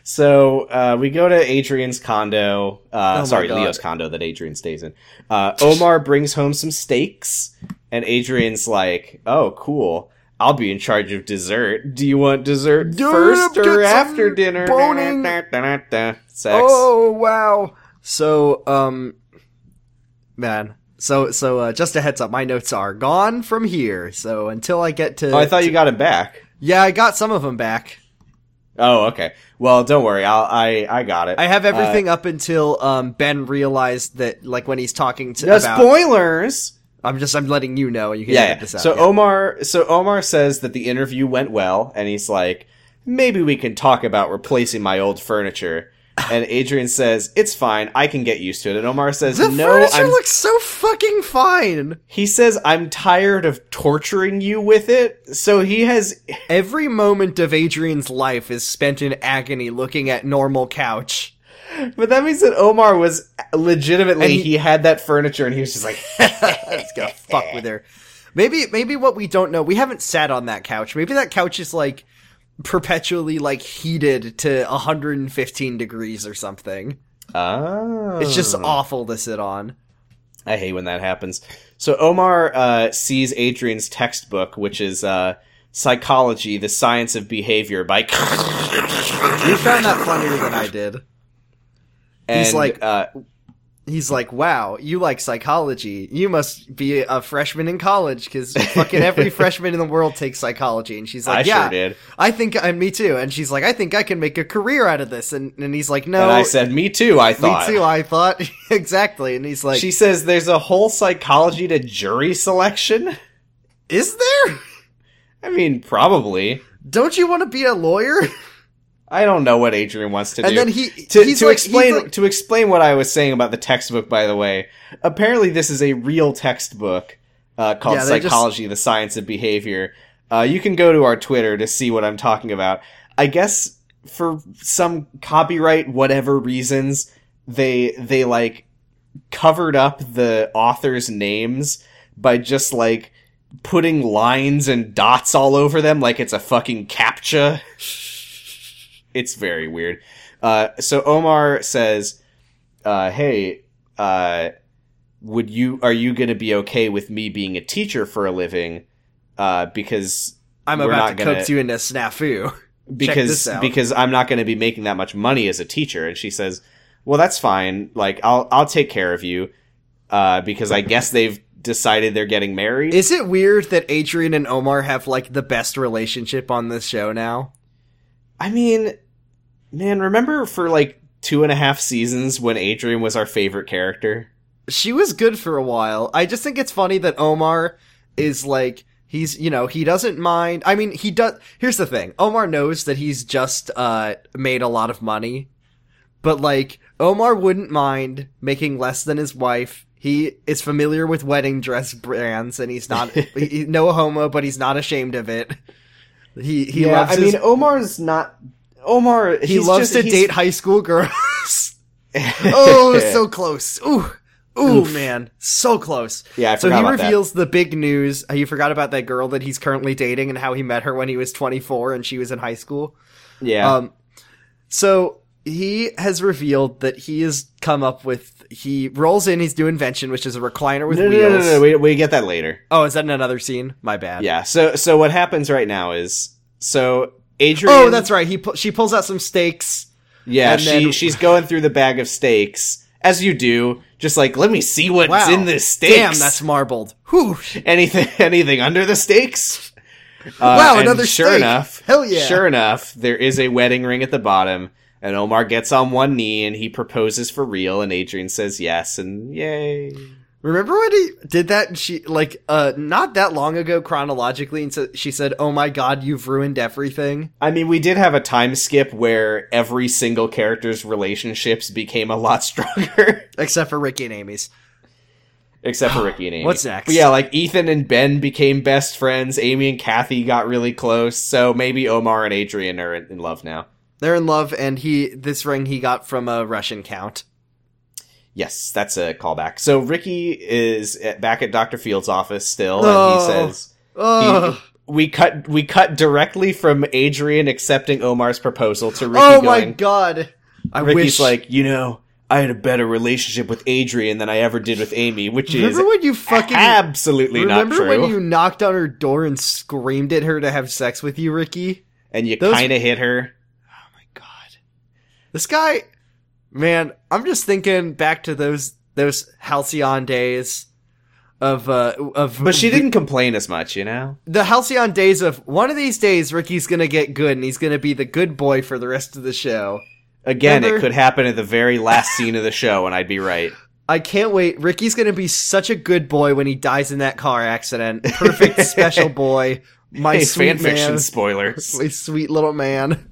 B: So uh, we go to Adrian's condo. Uh,
C: Oh my
B: sorry,
C: God.
B: Leo's condo that Adrian stays in. Uh, Omar brings home some steaks, and Adrian's like, "Oh, cool. I'll be in charge of dessert. Do you want dessert
C: Yeah,
B: first
C: get
B: or
C: some
B: after dinner?"
C: boning.
B: Sex.
C: Oh wow! So um, man, so so uh, just a heads up, my notes are gone from here. So until I get to,
B: Oh, I thought you got him back.
C: yeah, I got some of them back.
B: Oh, okay. Well, don't worry. I'll, I I got it.
C: I have everything up until um Ben realized that like when he's talking to
B: No
C: about,
B: spoilers.
C: I'm just I'm letting you know, and you can
B: yeah,
C: edit
B: yeah.
C: this out.
B: so oh,
C: yeah.
B: omar so omar says that the interview went well and he's like maybe we can talk about replacing my old furniture and adrian says it's fine i can get used to it and omar says
C: the
B: no
C: furniture
B: I'm,
C: looks so fucking fine.
B: he says i'm tired of torturing you with it so he has
C: Every moment of Adrian's life is spent in agony looking at normal couch.
B: but that means that omar was legitimately
C: And
B: he,
C: he-
B: had that furniture and he was just like
C: That's gonna fuck with her. Maybe maybe what we don't know, we haven't sat on that couch. Maybe that couch is like perpetually like heated to 115 degrees or something.
B: oh
C: It's just awful to sit on.
B: I hate when that happens. So Omar uh, sees Adrian's textbook, which is uh, Psychology: The Science of Behavior by.
C: You found that funnier than I did.
B: and,
C: like-
B: uh,
C: he's like, "Wow, you like psychology? You must be a freshman in college because fucking every freshman in the world takes psychology." And she's
B: I
C: like,
B: sure
C: "Yeah,
B: did.
C: I think I'm me too." And she's like, "I think I can make a career out of this." And and he's like, "No,
B: and I said, "Me too." I
C: me
B: thought.
C: too. I thought exactly." And he's like,
B: she says, "There's a whole psychology to jury selection."
C: "Is there?
B: I mean, probably.
C: Don't you want to be a lawyer?"
B: I don't know what Adrian wants to do.
C: And then he
B: to,
C: he's
B: to
C: like, he's
B: explain
C: like-
B: to explain what I was saying about the textbook, by the way, apparently this is a real textbook uh, called
C: Yeah, they just-
B: Psychology: The Science of Behavior. Uh, you can go to our Twitter to see what I'm talking about. I guess for some copyright whatever reasons, they they like covered up the authors' names by just like putting lines and dots all over them like it's a fucking captcha. It's very weird. Uh, so Omar says, uh, "Hey, uh, would you? Are you going to be okay with me being a teacher for a living? Uh, because
C: I'm
B: we're
C: about
B: not
C: to
B: gonna-
C: coax you into snafu.
B: because
C: this out.
B: because I'm not going to be making that much money as a teacher." And she says, "Well, that's fine. Like I'll I'll take care of you uh, because I guess they've decided they're getting married."
C: Is it weird that Adrian and Omar have like the best relationship on this show now?
B: I mean, man, remember for like two and a half seasons when Adrian was our favorite character?
C: She was good for a while. I just think it's funny that Omar is like he's you know he doesn't mind. I mean he does. Here's the thing: Omar knows that he's just uh made a lot of money, but like Omar wouldn't mind making less than his wife. He is familiar with wedding dress brands, and he's not he, he- no homo, but he's not ashamed of it. He he loves.
B: I
C: his-
B: mean, Omar's not. Omar,
C: He
B: he's
C: loves
B: just-
C: to
B: he's-
C: date high school girls. oh, so close. Ooh. Ooh, man, so close.
B: Yeah, I
C: so
B: forgot
C: he
B: about that.
C: reveals the big news. uh, You forgot about that girl that he's currently dating and how he met her when he was 24 and she was in high school.
B: yeah.
C: Um, so he has revealed that he has come up with. He rolls in his new invention, which is a recliner with
B: no, no, no,
C: wheels.
B: no, no, We, we get that later.
C: Oh, is that in another scene? My bad.
B: Yeah. So, so what happens right now is so Adrian.
C: Oh, that's right. He pu- she pulls out some stakes.
B: yeah.
C: and
B: She
C: then-
B: she's going through the bag of steaks as you do. Just like let me see what's
C: Wow.
B: in this steaks.
C: Damn, that's marbled. Whew.
B: anything anything under the stakes. Uh,
C: Wow,
B: and
C: another
B: sure
C: steak.
B: enough,
C: Hell yeah.
B: Sure enough, there is a wedding ring at the bottom, and Omar gets on one knee and he proposes for real, and Adrian says yes, and yay.
C: Remember when he did that? And she like uh not that long ago chronologically, and so she said, "Oh my god, you've ruined everything."
B: I mean, we did have a time skip where every single character's relationships became a lot stronger,
C: Except for Ricky and Amy's.
B: except for Ricky and Amy.
C: What's next?
B: But yeah, like Ethan and Ben became best friends. Amy and Kathy got really close, so maybe Omar and Adrian are in in love now.
C: They're in love, and he this ring he got from a Russian count.
B: Yes, that's a callback. So Ricky is at, back at Dr. Field's office still,
C: No.
B: and he says he-
C: Oh,
B: we cut we cut directly from Adrian accepting Omar's proposal to Ricky
C: oh my
B: going.
C: god! I
B: Ricky's
C: wish.
B: like, you know, I had a better relationship with Adrian than I ever did with Amy, which is
C: remember when you fucking
B: absolutely not
C: remember
B: true.
C: when you knocked on her door and screamed at her to have sex with you, Ricky?
B: and you
C: those-
B: kind of hit her.
C: God. This guy, man, I'm just thinking back to those those halcyon days of uh of
B: But she didn't complain as much, you know.
C: the halcyon days of one of these days Ricky's going to get good and he's going to be the good boy for the rest of the show.
B: Again, it
C: Remember-
B: could happen at the very last scene of the show, and I'd be right.
C: I can't wait. Ricky's going to be such a good boy when he dies in that car accident. Perfect special boy. My
B: hey,
C: sweet
B: fan fiction
C: man.
B: spoilers.
C: My sweet little man.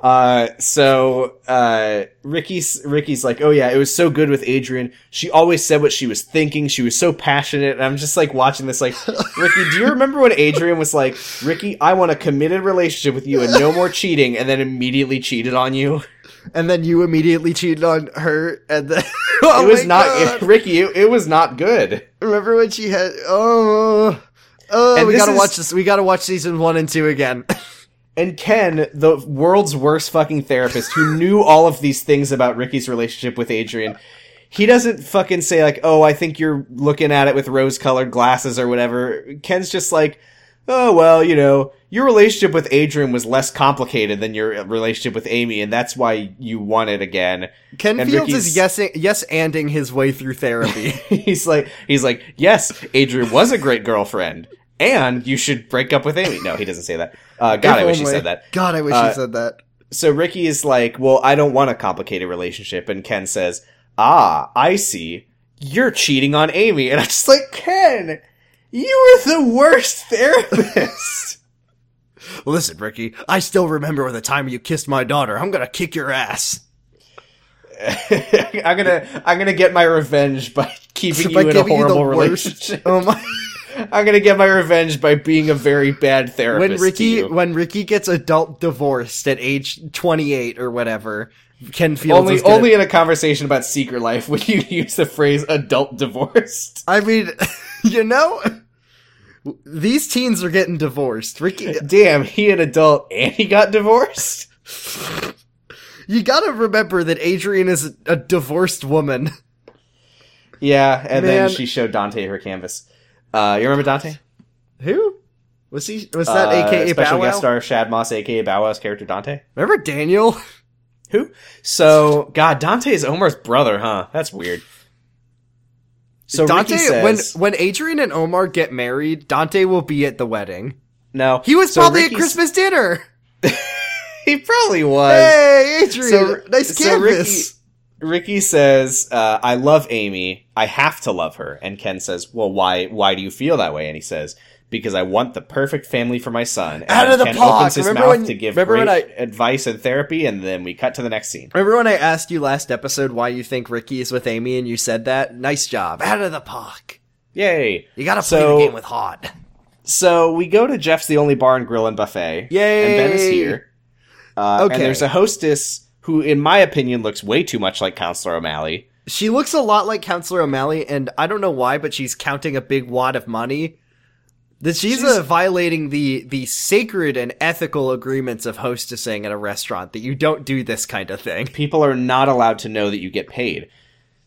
B: Uh, so uh, Ricky's Ricky's like, oh yeah, it was so good with Adrian. She always said what she was thinking. She was so passionate. And I'm just like watching this, like, Ricky, do you remember when Adrian was like, Ricky, I want a committed relationship with you and no more cheating, and then immediately cheated on you?
C: And then you immediately cheated on her and then
B: It
C: Oh
B: was
C: my
B: not
C: God.
B: Ricky. It, it was not good.
C: Remember when she had? Oh, oh,
B: And
C: we
B: this
C: gotta
B: is-
C: watch this. We gotta watch season one and two again.
B: And Ken, the world's worst fucking therapist who knew all of these things about Ricky's relationship with Adrian, he doesn't fucking say like, "Oh, I think you're looking at it with rose-colored glasses or whatever." Ken's just like, oh well, you know, your relationship with Adrian was less complicated than your relationship with Amy, and that's why you won it again.
C: Ken
B: And
C: Fields
B: Ricky's-
C: is yes yes anding his way through therapy.
B: he's like he's like yes adrian was a great girlfriend and you should break up with amy no he doesn't say that uh, god
C: If
B: i wish he
C: only.
B: said that
C: Oh God, I wish
B: Uh,
C: he said that.
B: so ricky is like well i don't want a complicated relationship and ken says ah i see you're cheating on amy and i'm just like ken you were the worst therapist
C: Listen, Ricky, I still remember the time you kissed my daughter. I'm gonna kick your ass.
B: i'm gonna i'm gonna get my revenge by keeping
C: By
B: you in a
C: giving you the
B: horrible
C: worst-
B: relationship
C: Oh my!
B: i'm gonna get my revenge by being a very bad therapist
C: when
B: to
C: Ricky
B: you.
C: when Ricky gets adult divorced at age 28 or whatever, Ken Fields
B: only
C: is gonna-
B: only in a conversation about secret life would you use the phrase adult divorced.
C: I mean, you know, these teens are getting divorced. Ricky,
B: Damn, he an adult and he got divorced.
C: you gotta remember that Adrian is a divorced woman.
B: Yeah, and then
C: Man.
B: she showed Dante her canvas. Uh, you remember Dante?
C: Who was he? Was that
B: Uh,
C: AKA
B: special
C: Bow
B: guest
C: Wow?
B: star Shad Moss, aka Bow Wow's character Dante.
C: Remember Daniel?
B: Who? So God, Dante is Omar's brother, huh? That's weird. So Dante,
C: Dante.
B: Ricky says,
C: when when Adrian and Omar get married, Dante will be at the wedding.
B: no,
C: He was
B: So
C: probably
B: Ricky's-
C: at Christmas dinner.
B: He probably was.
C: Hey, Adrian! nice
B: so
C: canvas.
B: Ricky, Ricky says, uh, "I love Amy. I have to love her." And Ken says, "Well, why? Why do you feel that way?" And he says, "Because I want the perfect family for my son." And
C: Out of the
B: Ken
C: park!
B: Opens his
C: Remember
B: mouth
C: when-
B: to give
C: remember
B: great
C: when
B: advice and therapy, and then we cut to the next scene.
C: Remember when I asked you last episode why you think Ricky is with Amy, and you said that? Nice job. Out of the park.
B: Yay!
C: You gotta play
B: So-
C: the game with hot.
B: So we go to Jeff's the only bar and grill and buffet.
C: Yay!
B: And Ben is here. Uh,
C: Okay.
B: And there's a hostess who, in my opinion, looks way too much like Counselor O'Malley.
C: She looks a lot like Counselor O'Malley, and I don't know why, but she's counting a big wad of money. That she's,
B: She's-
C: uh, violating the the sacred and ethical agreements of hostessing at a restaurant that you don't do this kind of thing.
B: People are not allowed to know that you get paid.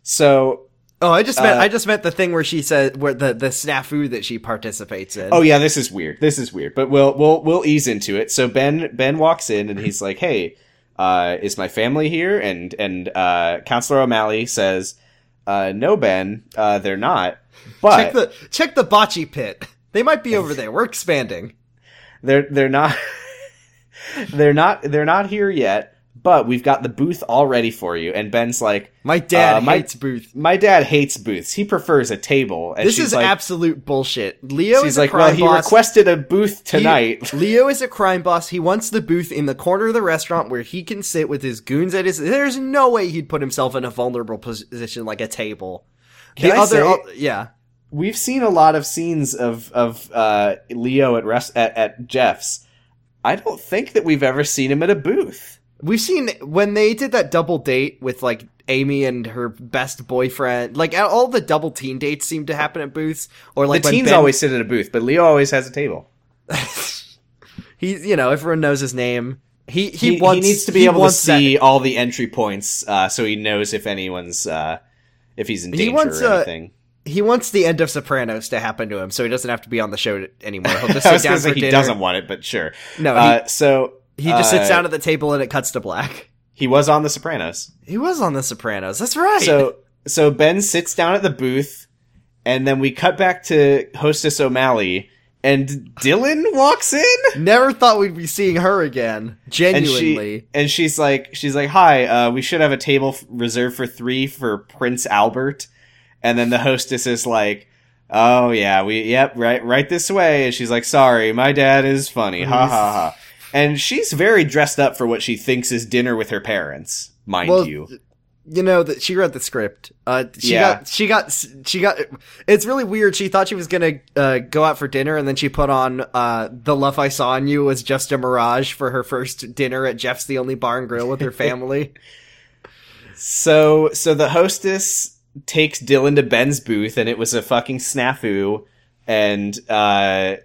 B: So
C: Oh, I just meant
B: Uh,
C: I just meant the thing where she said where the the snafu that she participates in.
B: Oh yeah, this is weird. This is weird, but we'll we'll we'll ease into it. So Ben Ben walks in and he's like, "Hey, uh, is my family here?" And and uh, Counselor O'Malley says, uh, "No, Ben, uh, they're not. But
C: check the check the bocce pit. They might be over there. We're expanding.
B: they're they're not they're not they're not here yet. But we've got the booth all ready for you." And Ben's like,
C: My dad
B: Uh, my-
C: hates Booth.
B: "My dad hates booths. He prefers a table." And
C: This
B: she's
C: is
B: like,
C: absolute bullshit. Leo
B: She's
C: is a
B: like,
C: crime
B: "Well, he
C: boss.
B: requested a booth
C: He-
B: tonight."
C: Leo is a crime boss. He wants the booth in the corner of the restaurant where he can sit with his goons at his. There's no way he'd put himself in a vulnerable position like a table.
B: Can
C: the
B: I
C: other,
B: say-
C: o- yeah.
B: we've seen a lot of scenes of of uh, Leo at rest at, at Jeff's. I don't think that we've ever seen him at a booth.
C: We've seen when they did that double date with like Amy and her best boyfriend. Like all the double teen dates seem to happen at booths, or like
B: the
C: when
B: teens
C: Ben-
B: always sit at a booth, but Leo always has a table.
C: he's you know everyone knows his name. He he,
B: He, he
C: wants
B: needs to be
C: he
B: able to
C: wants that-
B: see all the entry points, uh, so he knows if anyone's uh, if he's in
C: He
B: danger
C: wants,
B: or
C: uh,
B: anything.
C: he wants the end of Sopranos to happen to him, so he doesn't have to be on the show anymore. He'll just
B: I
C: sit
B: was
C: down
B: going to
C: for
B: say he
C: dinner.
B: doesn't want it, but sure.
C: No, he,
B: Uh, so
C: he just sits
B: uh,
C: down at the table and it cuts to black.
B: He was on The Sopranos.
C: He was on The Sopranos. That's right.
B: So so Ben sits down at the booth, and then we cut back to Hostess O'Malley, and Dylan walks in.
C: never thought we'd be seeing her again.
B: and
C: Genuinely.
B: she and she's like she's like hi uh, we should have a table f- reserved for three for prince albert and then the hostess is like oh yeah we yep right right this way and she's like sorry my dad is funny ha ha ha and she's very dressed up for what she thinks is dinner with her parents mind
C: Well,
B: you
C: you know that she read the script. Uh, she
B: Yeah.
C: got she got she got. It's really weird. She thought she was gonna uh, go out for dinner, and then she put on uh, "The Love I Saw in You" was just a mirage for her first dinner at Jeff's the Only Bar and Grill with her family.
B: so so the hostess takes dylan to ben's booth and it was a fucking snafu and uh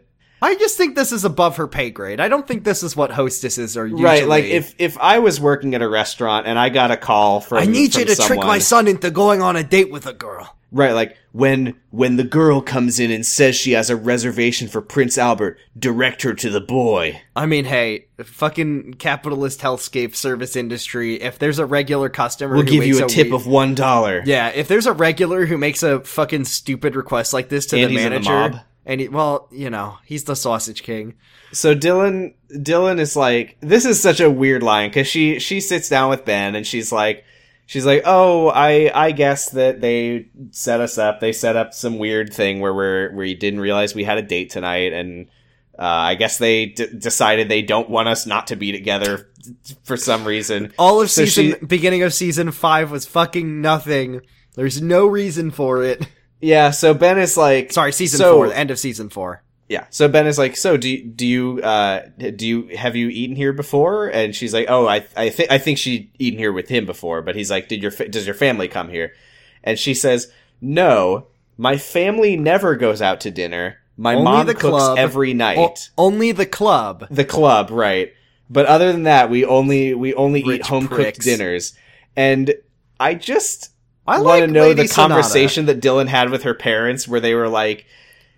C: I just think this is above her pay grade. I don't think this is what hostesses are usually.
B: Right, like if if I was working at a restaurant and I got a call from
C: I need
B: from
C: you to
B: someone,
C: trick my son into going on a date with a girl.
B: Right, like when when the girl comes in and says she has a reservation for Prince Albert, direct her to the boy.
C: I mean, hey, fucking capitalist healthscape service industry. If there's a regular customer,
B: We'll
C: who
B: give you a
C: makes
B: tip
C: wait-
B: of one dollar.
C: yeah. If there's a regular who makes a fucking stupid request like this to
B: And
C: the
B: he's in the
C: manager,
B: mob.
C: and he, well, you know, he's the sausage king.
B: So Dylan Dylan is like, this is such a weird line because she she sits down with Ben and she's like, she's like, oh, I I guess that they set us up. They set up some weird thing where we're we didn't realize we had a date tonight and. Uh, I guess they d- decided they don't want us not to be together for some reason.
C: All of
B: So
C: season,
B: she-
C: beginning of season five was fucking nothing. There's no reason for it.
B: Yeah, so Ben is like,
C: Sorry, season
B: so-
C: four, end of season four.
B: Yeah. So Ben is like, so do do you uh do you have you eaten here before? And she's like, oh, I I think I think she'd eaten here with him before, but he's like, did your fa- does your family come here? And she says, no, my family never goes out to dinner. My
C: Only
B: mom
C: the
B: cooks
C: club.
B: every night.
C: O- only the club.
B: the club, right? But other than that, we only we only
C: Rich
B: eat home cooked
C: pricks.
B: dinners. And I just
C: I
B: want
C: like
B: to know
C: Lady
B: the
C: Sonata.
B: conversation that Dylan had with her parents, where they were like,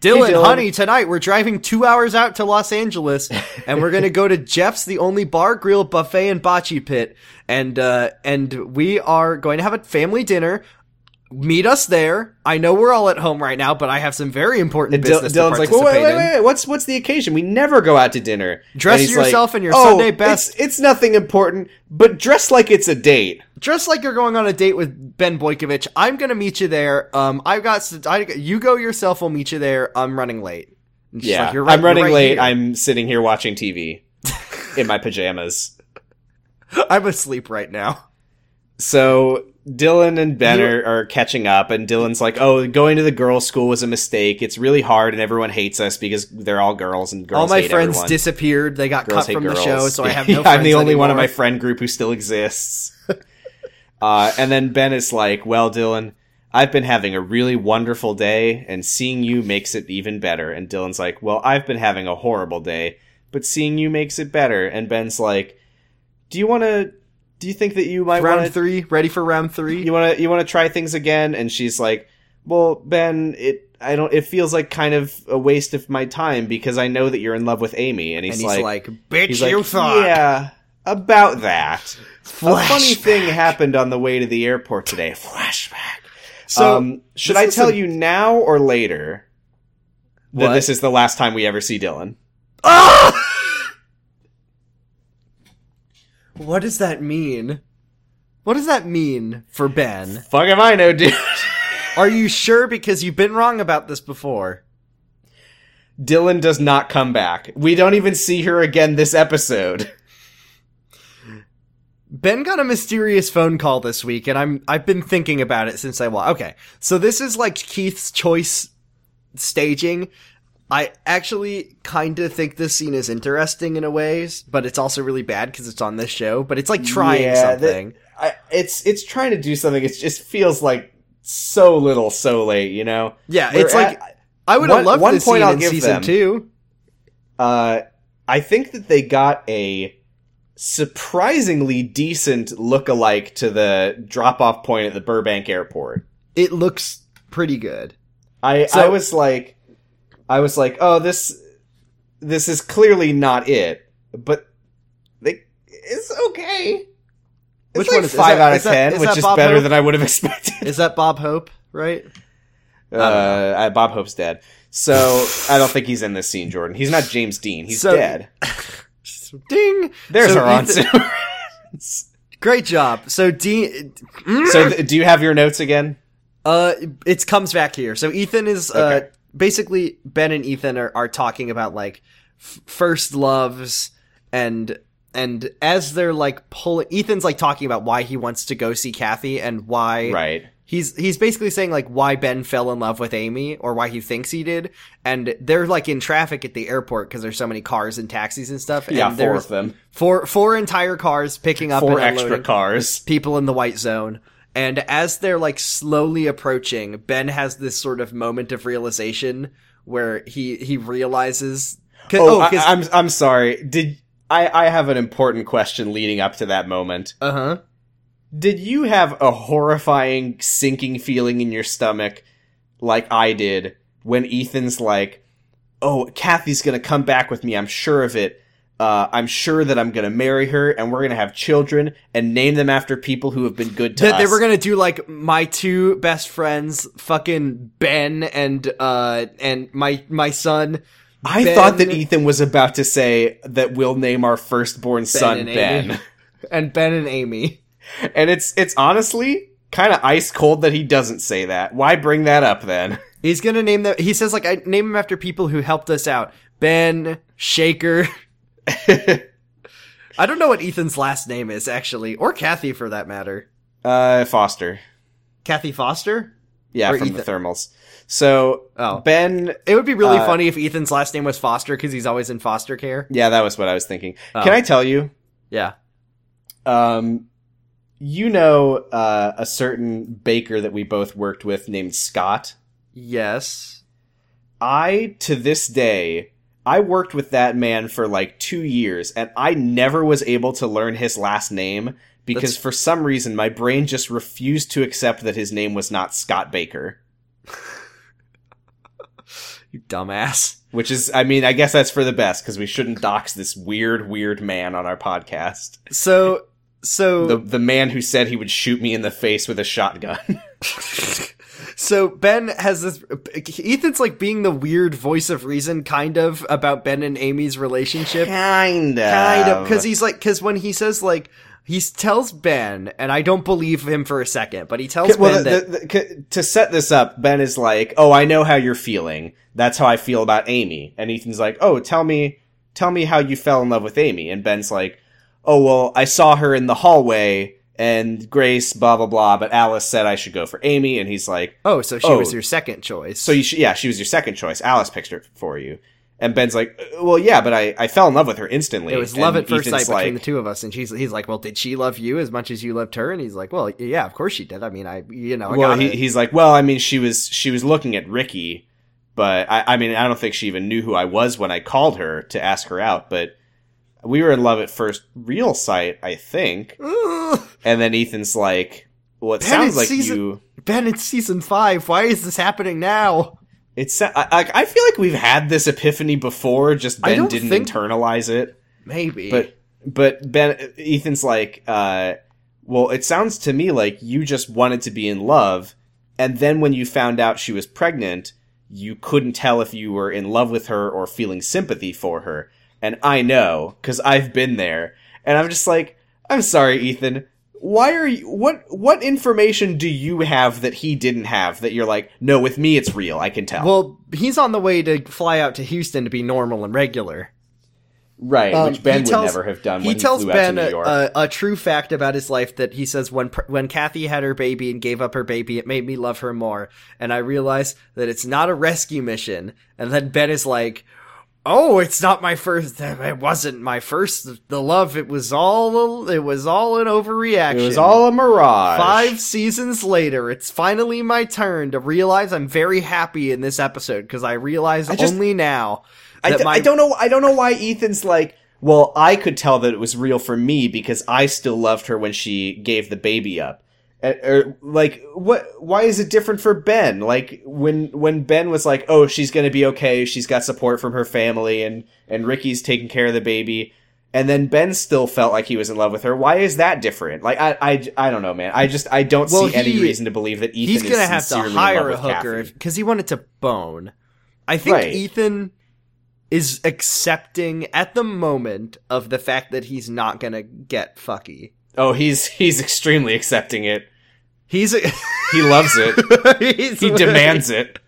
C: Dylan,
B: Hey, Dylan.
C: honey, tonight we're driving two hours out to Los Angeles, and we're gonna go to Jeff's, the only bar, grill, buffet, and bocce pit, and uh, and we are going to have a family dinner. Meet us there. I know we're all at home right now, but I have some very important
B: And Dil-
C: business
B: Dylan's
C: to
B: like, well,
C: participate
B: wait, wait,
C: in.
B: wait, what's what's the occasion? We never go out to dinner.
C: Dress
B: And he's like,
C: yourself in your
B: "Oh,
C: Sunday best."
B: It's, it's nothing important, but dress like it's a date.
C: Just like you're going on a date with Ben Boykovich, I'm gonna meet you there. Um, I've got s- I, you go yourself. We'll meet you there. I'm running late. And she's
B: Yeah,
C: like, "You're right-
B: I'm running
C: you're right
B: late.
C: here.
B: I'm sitting here watching TV in my pajamas.
C: I'm asleep right now.
B: So Dylan and Ben
C: You-
B: are, are catching up, and Dylan's like, "Oh, going to the girls' school was a mistake. It's really hard, and everyone hates us because they're all girls, and girls
C: all my
B: hate
C: friends
B: everyone.
C: disappeared. They got
B: girls
C: cut
B: hate
C: from
B: girls.
C: the show, so I have no.
B: Yeah, I'm the
C: friends
B: only one of
C: anymore.
B: my friend group who still exists. uh, and then Ben is like, "Well, Dylan, I've been having a really wonderful day, and seeing you makes it even better." And Dylan's like, "Well, I've been having a horrible day, but seeing you makes it better." And Ben's like, "Do you want to? Do you think that you might
C: round
B: want to?
C: three, ready for round three?
B: You want to? You want to try things again?" And she's like, "Well, Ben, it." I don't. It feels like kind of a waste of my time because I know that you're in love with Amy, and he's,
C: and he's like, "Bitch,
B: He's like,
C: you thought."
B: Yeah, about that. A funny
C: Flashback.
B: thing happened on the way to the airport today. Flashback.
C: So
B: um, should
C: this
B: I
C: is
B: tell
C: a-
B: you now or later that
C: What?
B: this is the last time we ever see Dylan?
C: ah! what does that mean? What does that mean for Ben?
B: Fuck if I know, dude.
C: Are you sure? Because you've been wrong about this before.
B: Dylan does not come back. We don't even see her again this episode.
C: Ben got a mysterious phone call this week, and I'm I've been thinking about it since I wa Okay, so this is like Keith's choice staging. I actually kind of think this scene is interesting in a ways, but it's also really bad because it's on this show. But it's like trying
B: Yeah, that-
C: something.
B: I, it's it's trying to do something. It just feels like so little, so late. You know.
C: yeah,
B: We're
C: it's like
B: at-
C: I would have
B: one-
C: loved
B: one
C: this
B: point
C: scene
B: I'll
C: in
B: give
C: season
B: them.
C: two.
B: uh, I think that they got a surprisingly decent look-alike to the drop-off point at the Burbank airport.
C: It looks pretty good.
B: I
C: So-
B: I was like, I was like, oh, this this is clearly not it, but they it's okay. It's
C: Which
B: like
C: one is- is
B: five
C: that-
B: out of
C: is that-
B: ten,
C: is
B: which
C: that
B: is
C: Bob
B: better
C: Hope?
B: than I would have expected.
C: Is that Bob Hope? Right?
B: Uh, I- Bob Hope's dead, so I don't think he's in this scene. Jordan, he's not James Dean. He's
C: So-
B: dead.
C: Ding.
B: There's
C: So
B: our
C: Ethan-
B: answer.
C: Great job. So Dean, mm.
B: so, th- do you have your notes again?
C: Uh, it comes back here. So Ethan is uh
B: Okay.
C: basically Ben and Ethan are, are talking about like f- first loves and and as they're like pulling Ethan's like talking about why he wants to go see Kathy and why
B: Right.
C: he's he's basically saying like why Ben fell in love with Amy or why he thinks he did and they're like in traffic at the airport because there's so many cars and taxis and stuff
B: Yeah,
C: and
B: four
C: there's
B: of them.
C: four four entire cars picking up
B: Four
C: and
B: extra
C: unloading
B: cars.
C: people in the white zone. And as they're like slowly approaching, Ben has this sort of moment of realization where he he realizes. 'cause-
B: Oh,
C: oh,
B: I,
C: 'cause-
B: I'm I'm sorry. Did I I have an important question leading up to that moment?
C: uh-huh.
B: did you have a horrifying sinking feeling in your stomach like I did when Ethan's like, "Oh, Kathy's going to come back with me. I'm sure of it. Uh, I'm sure that I'm going to marry her and we're going to have children and name them after people who have been good to
C: That
B: us."
C: they were gonna do like my two best friends, fucking Ben and uh and my my son.
B: I
C: Ben-
B: thought that Ethan was about to say that we'll name our firstborn son
C: and Amy.
B: Ben.
C: and Ben and Amy.
B: And it's it's honestly kind of ice cold that he doesn't say that. Why bring that up then?
C: He's gonna name them. He says like I name him after people who helped us out. Ben Shaker. I don't know what Ethan's last name is actually, or Kathy for that matter.
B: Uh Foster.
C: Kathy Foster.
B: Yeah,
C: Or
B: from the
C: Ethan.
B: thermals. So
C: Oh.
B: Ben
C: It would be really
B: Uh,
C: funny if Ethan's last name was Foster because he's always in foster care.
B: Yeah, that was what I was thinking.
C: Oh.
B: Can I tell you?
C: Yeah.
B: Um you know uh, a certain baker that we both worked with named Scott.
C: Yes.
B: I to this day I worked with that man for like 2 years and I never was able to learn his last name because
C: That's-
B: for some reason my brain just refused to accept that his name was not Scott Baker,
C: You dumbass.
B: which is I mean I guess that's for the best cuz we shouldn't dox this weird weird man on our podcast.
C: So so
B: The the man who said he would shoot me in the face with a shotgun.
C: so Ben has this. Ethan's like being the weird voice of reason, kind of, about Ben and Amy's relationship.
B: kind of.
C: kind of because he's like because when he says like he s- tells ben and i don't believe him for a second but he tells
B: well,
C: ben
B: the,
C: that
B: the, the, c- to set this up, Ben is like, "Oh, I know how you're feeling. That's how I feel about Amy." And Ethan's like, "Oh, tell me, tell me how you fell in love with Amy." And Ben's like, "Oh, well, I saw her in the hallway, and Grace, blah blah blah. But Alice said I should go for Amy." And he's like,
C: oh so she
B: oh.
C: was your second choice
B: "So you, should, yeah, she was your second choice. Alice picked her for you." And Ben's like, "Well, yeah, but I, I fell in love with her instantly.
C: it was
B: And
C: love at first
B: Ethan's
C: sight between
B: like,
C: the two of us and she's he's like well did she love you as much as you loved her and he's like well yeah of course she did i mean i you know Oh, I
B: well,
C: got
B: he,
C: it.
B: he's like, well, I mean, she was she was looking at Ricky, but I, I mean, I don't think she even knew who I was when I called her to ask her out. But we were in love at first real sight, I think.
C: Ugh.
B: And then Ethan's like, well, it
C: Ben,
B: sounds
C: it's
B: like
C: season-
B: you.
C: ben it's season five why is this happening now
B: It's I, I I feel like we've had this epiphany before. Just
C: I
B: Ben
C: don't
B: didn't
C: think-
B: internalize it.
C: maybe
B: But but Ben Ethan's like, uh, well, it sounds to me like you just wanted to be in love, and then when you found out she was pregnant, you couldn't tell if you were in love with her or feeling sympathy for her. And I know because I've been there. And I'm just like, I'm sorry, Ethan. Why are you what what information do you have that he didn't have that you're like, no, with me it's real, I can tell.
C: well he's on the way to fly out to houston to be normal and regular
B: right,
C: Um,
B: which Ben
C: he
B: would
C: tells-
B: never have done
C: He
B: when
C: tells
B: he flew
C: Ben uh,
B: out to New
C: a,
B: York.
C: a, a true fact about his life that he says when pr- when Kathy had her baby and gave up her baby, it made me love her more, and I realized that it's not a rescue mission. And then Ben is like, "Oh, it's not my first. It wasn't my first. The love. It was all. a- It was all an overreaction.
B: it was all a mirage.
C: Five seasons later, it's finally my turn to realize I'm very happy in this episode because I realize
B: just-
C: only now
B: I,
C: that
B: d-
C: my
B: I don't know. I don't know why Ethan's like. Well, I could tell that it was real for me because I still loved her when she gave the baby up. Uh, Or like, what? Why is it different for Ben? Like when when Ben was like, "Oh, she's gonna be okay. She's got support from her family, and and Ricky's taking care of the baby." And then Ben still felt like he was in love with her. Why is that different? Like I, I, I don't know, man. I just I don't
C: Well,
B: see any
C: he-
B: reason to believe that Ethan
C: he's
B: is
C: gonna have to
B: sincerely in
C: hire a
B: love with
C: hooker
B: Kathy.
C: because he wanted to bone. I think
B: Right.
C: Ethan is accepting at the moment of the fact that he's not gonna get fucky.
B: Oh, he's he's extremely accepting it.
C: He's, a,
B: He loves it.
C: he's
B: he demands it.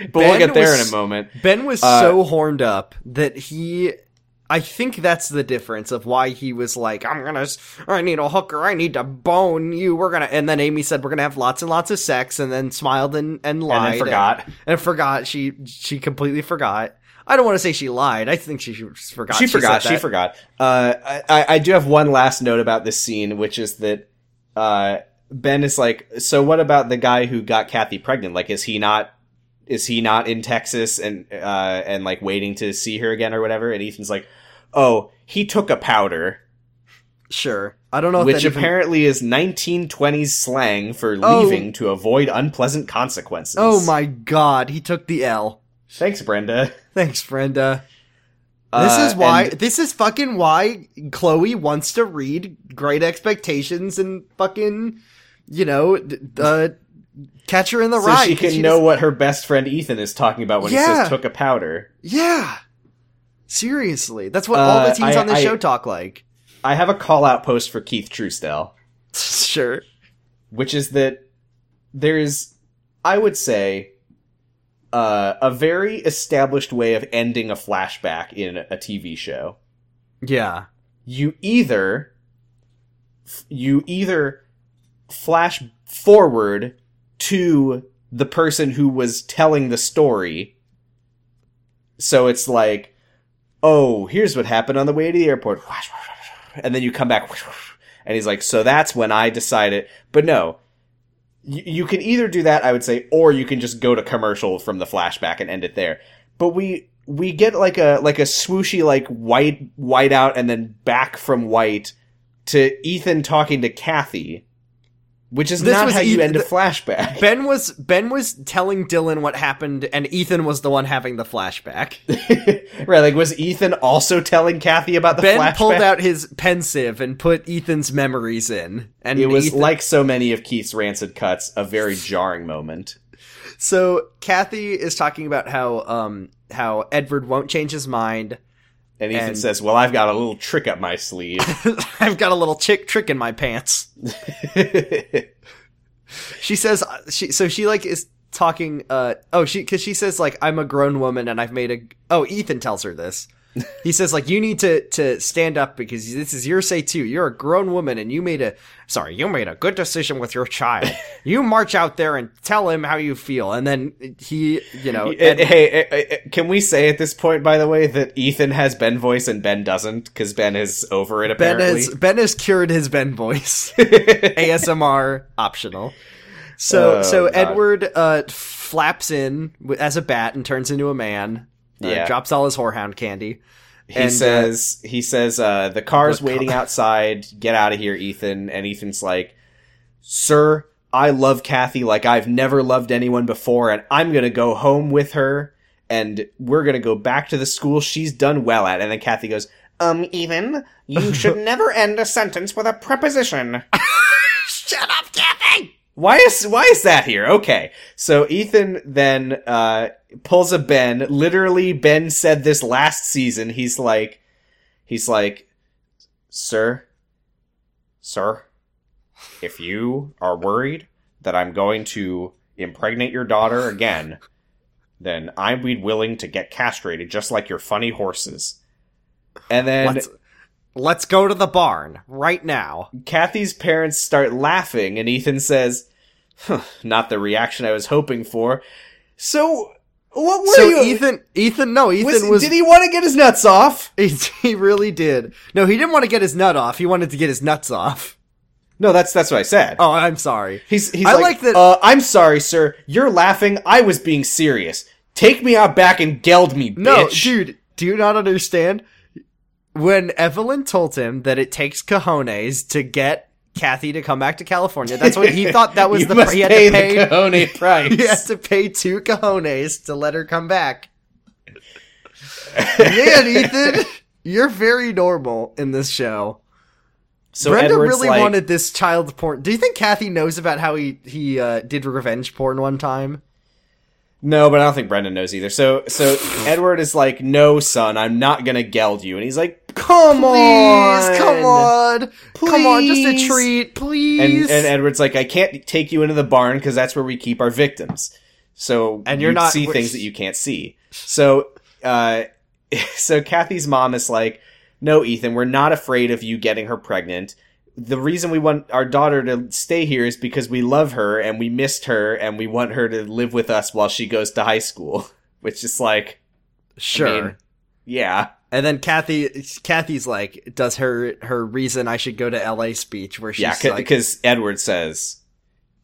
B: But we'll
C: Ben
B: get there
C: was-
B: in a moment.
C: Ben was
B: Uh,
C: so horned up that he. I think that's the difference of why he was like, I'm gonna, s- I need a hooker, I need to bone you, we're gonna, and then Amy said, we're gonna have lots and lots of sex, and then smiled and,
B: And
C: and lied.
B: then forgot.
C: and forgot. She she completely forgot. I don't want to say she lied. I think she, she forgot.
B: She forgot.
C: said
B: She
C: that.
B: forgot. Uh, I, I- I do have one last note about this scene, which is that uh, Ben is like, so what about the guy who got Kathy pregnant? Like, is he not? Is he not in Texas and uh, and like waiting to see her again or whatever? And Ethan's like, oh, he took a powder.
C: Sure. I don't know if
B: which
C: that even-
B: apparently is 1920s slang for
C: Oh.
B: leaving to avoid unpleasant consequences.
C: Oh my god, he took the L.
B: Thanks, Brenda.
C: Thanks, Brenda. This
B: Uh,
C: is why.
B: and-
C: This is fucking why Chloe wants to read Great Expectations and fucking, you know, d- uh, Catcher in the
B: so
C: Rye.
B: she
C: 'cause
B: can know what her best friend Ethan is talking about when he
C: Yeah.
B: says took a powder.
C: just- yeah. Seriously, that's what all the
B: Uh,
C: teens
B: I-
C: on this
B: I-
C: show talk like.
B: I have a call out post for Keith Truesdell,
C: Sure.
B: which is that there is, I would say, uh, a very established way of ending a flashback in a TV show.
C: Yeah.
B: you either you either flash forward to the person who was telling the story so it's like oh here's what happened on the way to the airport and then you come back and he's like so that's when i decided but no you, you can either do that i would say or you can just go to commercial from the flashback and end it there but we we get like a like a swooshy like white white out and then back from white to ethan talking to kathy which is
C: This
B: not
C: was
B: how you
C: Eth-
B: end a
C: th-
B: flashback
C: Ben was Ben was telling Dylan what happened, and Ethan was the one having the flashback.
B: right, like was Ethan also telling Kathy about the
C: Ben
B: flashback?
C: pulled out his pensive and put Ethan's memories in, and
B: It was
C: Ethan-
B: like so many of Keith's rancid cuts, a very jarring moment.
C: So Kathy is talking about how um how Edward won't change his mind.
B: And Ethan
C: And-
B: says, "Well, I've got a little trick up my sleeve."
C: I've got a little chick trick in my pants. Oh, She says uh, she so she like is talking uh oh she cuz she says like I'm a grown woman and I've made a oh Ethan tells her this. He says like you need to to stand up because this is your say too. You're a grown woman and you made a sorry, you made a good decision with your child. you march out there and tell him how you feel and then he, you know,
B: Eh, hey, eh, eh, eh, can we say at this point, by the way, that Ethan has Ben voice and Ben doesn't because Ben is over it
C: Ben
B: apparently.
C: has Ben has cured his Ben voice. ASMR optional. So
B: Oh,
C: so
B: God.
C: Edward uh, flaps in wi- as a bat and turns into a man. uh,
B: Yeah.
C: drops all his whorehound candy.
B: He
C: And, uh,
B: says, "He says uh, the car's
C: the car-
B: waiting outside. Get out of here, Ethan." And Ethan's like, "Sir, I love Kathy like I've never loved anyone before, and I'm gonna go home with her, and we're gonna go back to the school she's done well at." And then Kathy goes, "Um, Ethan, you should never end a sentence with a preposition."
C: Shut up, Kathy.
B: Why is why is that here? Okay, so Ethan then uh, pulls a Ben. Literally, Ben said this last season. He's like, he's like, sir, sir, if you are worried that I'm going to impregnate your daughter again, then I'd be willing to get castrated, just like your funny horses. And then
C: Let's, let's go to the barn right now.
B: Kathy's parents start laughing, and Ethan says, "Huh, "Not the reaction I was hoping for." So, what were
C: so
B: you?
C: Ethan Ethan no, Ethan
B: was-
C: was,
B: did he want to get his nuts off?
C: he he really did. No, he didn't want to get his nut off. He wanted to get his nuts off.
B: No, that's that's what I said.
C: Oh, I'm sorry.
B: He's, he's
C: I
B: like,
C: like that-
B: Uh, I'm sorry, sir. You're laughing. I was being serious. Take me out back and geld me, bitch.
C: No, dude, do you not understand? When Evelyn told him that it takes cojones to get Kathy to come back to California, that's what he thought that was
B: you
C: the
B: must
C: he had
B: pay
C: to pay.
B: the Cajone price.
C: he had to pay two cojones to let her come back. Man, Ethan, you're very normal in this show.
B: So
C: Brenda
B: Edward's
C: really
B: like,
C: wanted this child porn. Do you think Kathy knows about how he he uh, did revenge porn one time?
B: No, but I don't think Brendan knows either. So so Edward is like, "No, son, I'm not gonna geld you." And he's like, "Come on,
C: Please, come on, come on, just a
B: Please.
C: treat, please.
B: And, and Edward's like, I can't take you into the barn because that's where we keep our victims. So
C: And you're
B: you
C: not-
B: see things that you can't see. So, uh, so Kathy's mom is like, No, Ethan, we're not afraid of you getting her pregnant. The reason we want our daughter to stay here is because we love her and we missed her and we want her to live with us while she goes to high school. Which is like,
C: Sure.
B: mean- yeah,
C: and then Kathy, Kathy's like, does her her reason I should go to L.A. speech where she's
B: yeah,
C: like,
B: because Edward says.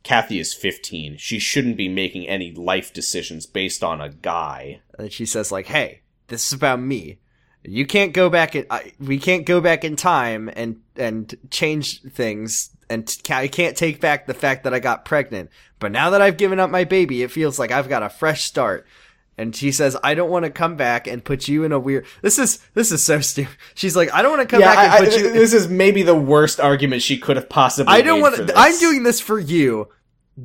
B: Kathy is 15. She shouldn't be making any life decisions based on a guy.
C: and she says like, hey, this is about me, you can't go back in I, we can't go back in time and and change things and t- I can't take back the fact that I got pregnant. But now that I've given up my baby, it feels like I've got a fresh start. And she says, "I don't want to come back and put you in a weird." This is this is so stupid. She's like, "I don't want to come
B: Yeah,
C: back and
B: I, I,
C: put you."
B: this is maybe the worst argument she could have possibly.
C: I don't
B: made
C: want
B: for
C: to.
B: this.
C: I'm doing this for you.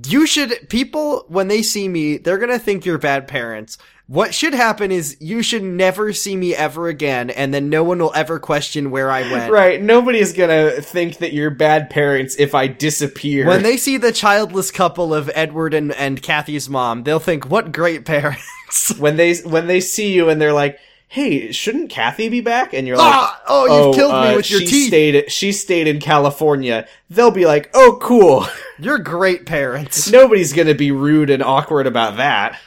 C: You should. People, when they see me, they're going to think you're bad parents. What should happen is you should never see me ever again, and then no one will ever question where I went.
B: right. Nobody's gonna think that you're bad parents if I disappear.
C: When they see the childless couple of Edward and, and Kathy's mom, they'll think, what great parents.
B: when they when they see you and they're like, "Hey, shouldn't Kathy be back?" and you're like,
C: ah, oh, you've killed me
B: uh,
C: with your
B: she
C: teeth.
B: Stayed, she stayed in California. They'll be like, "Oh, cool."
C: you're great parents.
B: Nobody's gonna be rude and awkward about that.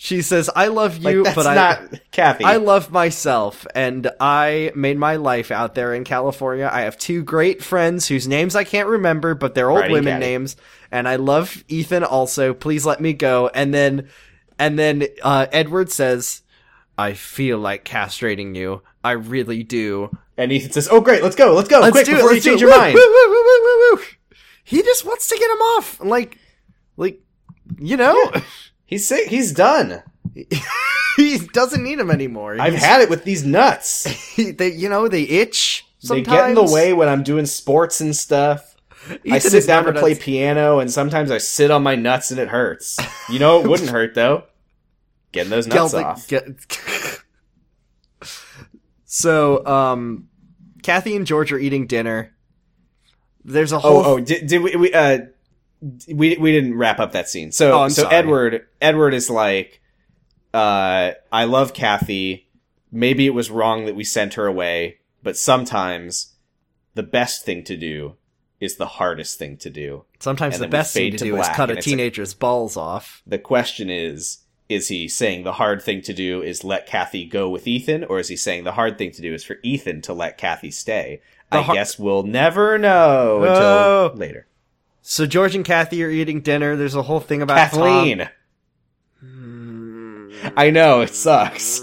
C: She says, I love
B: Like,
C: you,
B: that's
C: but I.
B: not Kathy.
C: I love myself, and I made my life out there in California. I have two great friends whose names I can't remember, but they're old
B: Brad and
C: women
B: Caddy.
C: names. And I love Ethan also. Please let me go. And then, and then uh, Edward says, "I feel like castrating you. I really do.
B: and Ethan says, "Oh, great, let's go, let's go,
C: Let's
B: quick
C: do it.
B: before you
C: let's do
B: change
C: it.
B: your
C: Woo,
B: mind."
C: woo, woo, woo, woo, woo, woo. He just wants to get him off, like, like, you know,
B: He's sick. He's done.
C: he doesn't need him anymore.
B: I've
C: He's-
B: had it with these nuts.
C: they, you know, they itch. Sometimes.
B: They get in the way when I'm doing sports and stuff. I
C: Ethan
B: sit
C: is
B: down to
C: never
B: play
C: nuts.
B: piano, and sometimes I sit on my nuts and it hurts. You know, it wouldn't hurt though. Getting those nuts
C: Gelda-
B: off.
C: Ge- so, um, Kathy and George are eating dinner. There's a whole.
B: Oh, oh, did, did we we uh d- we we didn't wrap up that scene. So
C: Oh, I'm
B: so
C: sorry.
B: Edward Edward is like, uh, I love Kathy. Maybe it was wrong that we sent her away, but sometimes the best thing to do is the hardest thing to do.
C: sometimes
B: and
C: the
B: then we
C: best thing
B: fade
C: to,
B: to
C: do is
B: black
C: cut a
B: and it's a-
C: teenager's balls off.
B: The question is, is he saying the hard thing to do is let Kathy go with Ethan, or is he saying the hard thing to do is for Ethan to let Kathy stay?
C: The
B: I
C: har-
B: guess we'll never know
C: Oh.
B: until later.
C: So George and Kathy are eating dinner. There's a whole thing about
B: Kathleen. I know it sucks.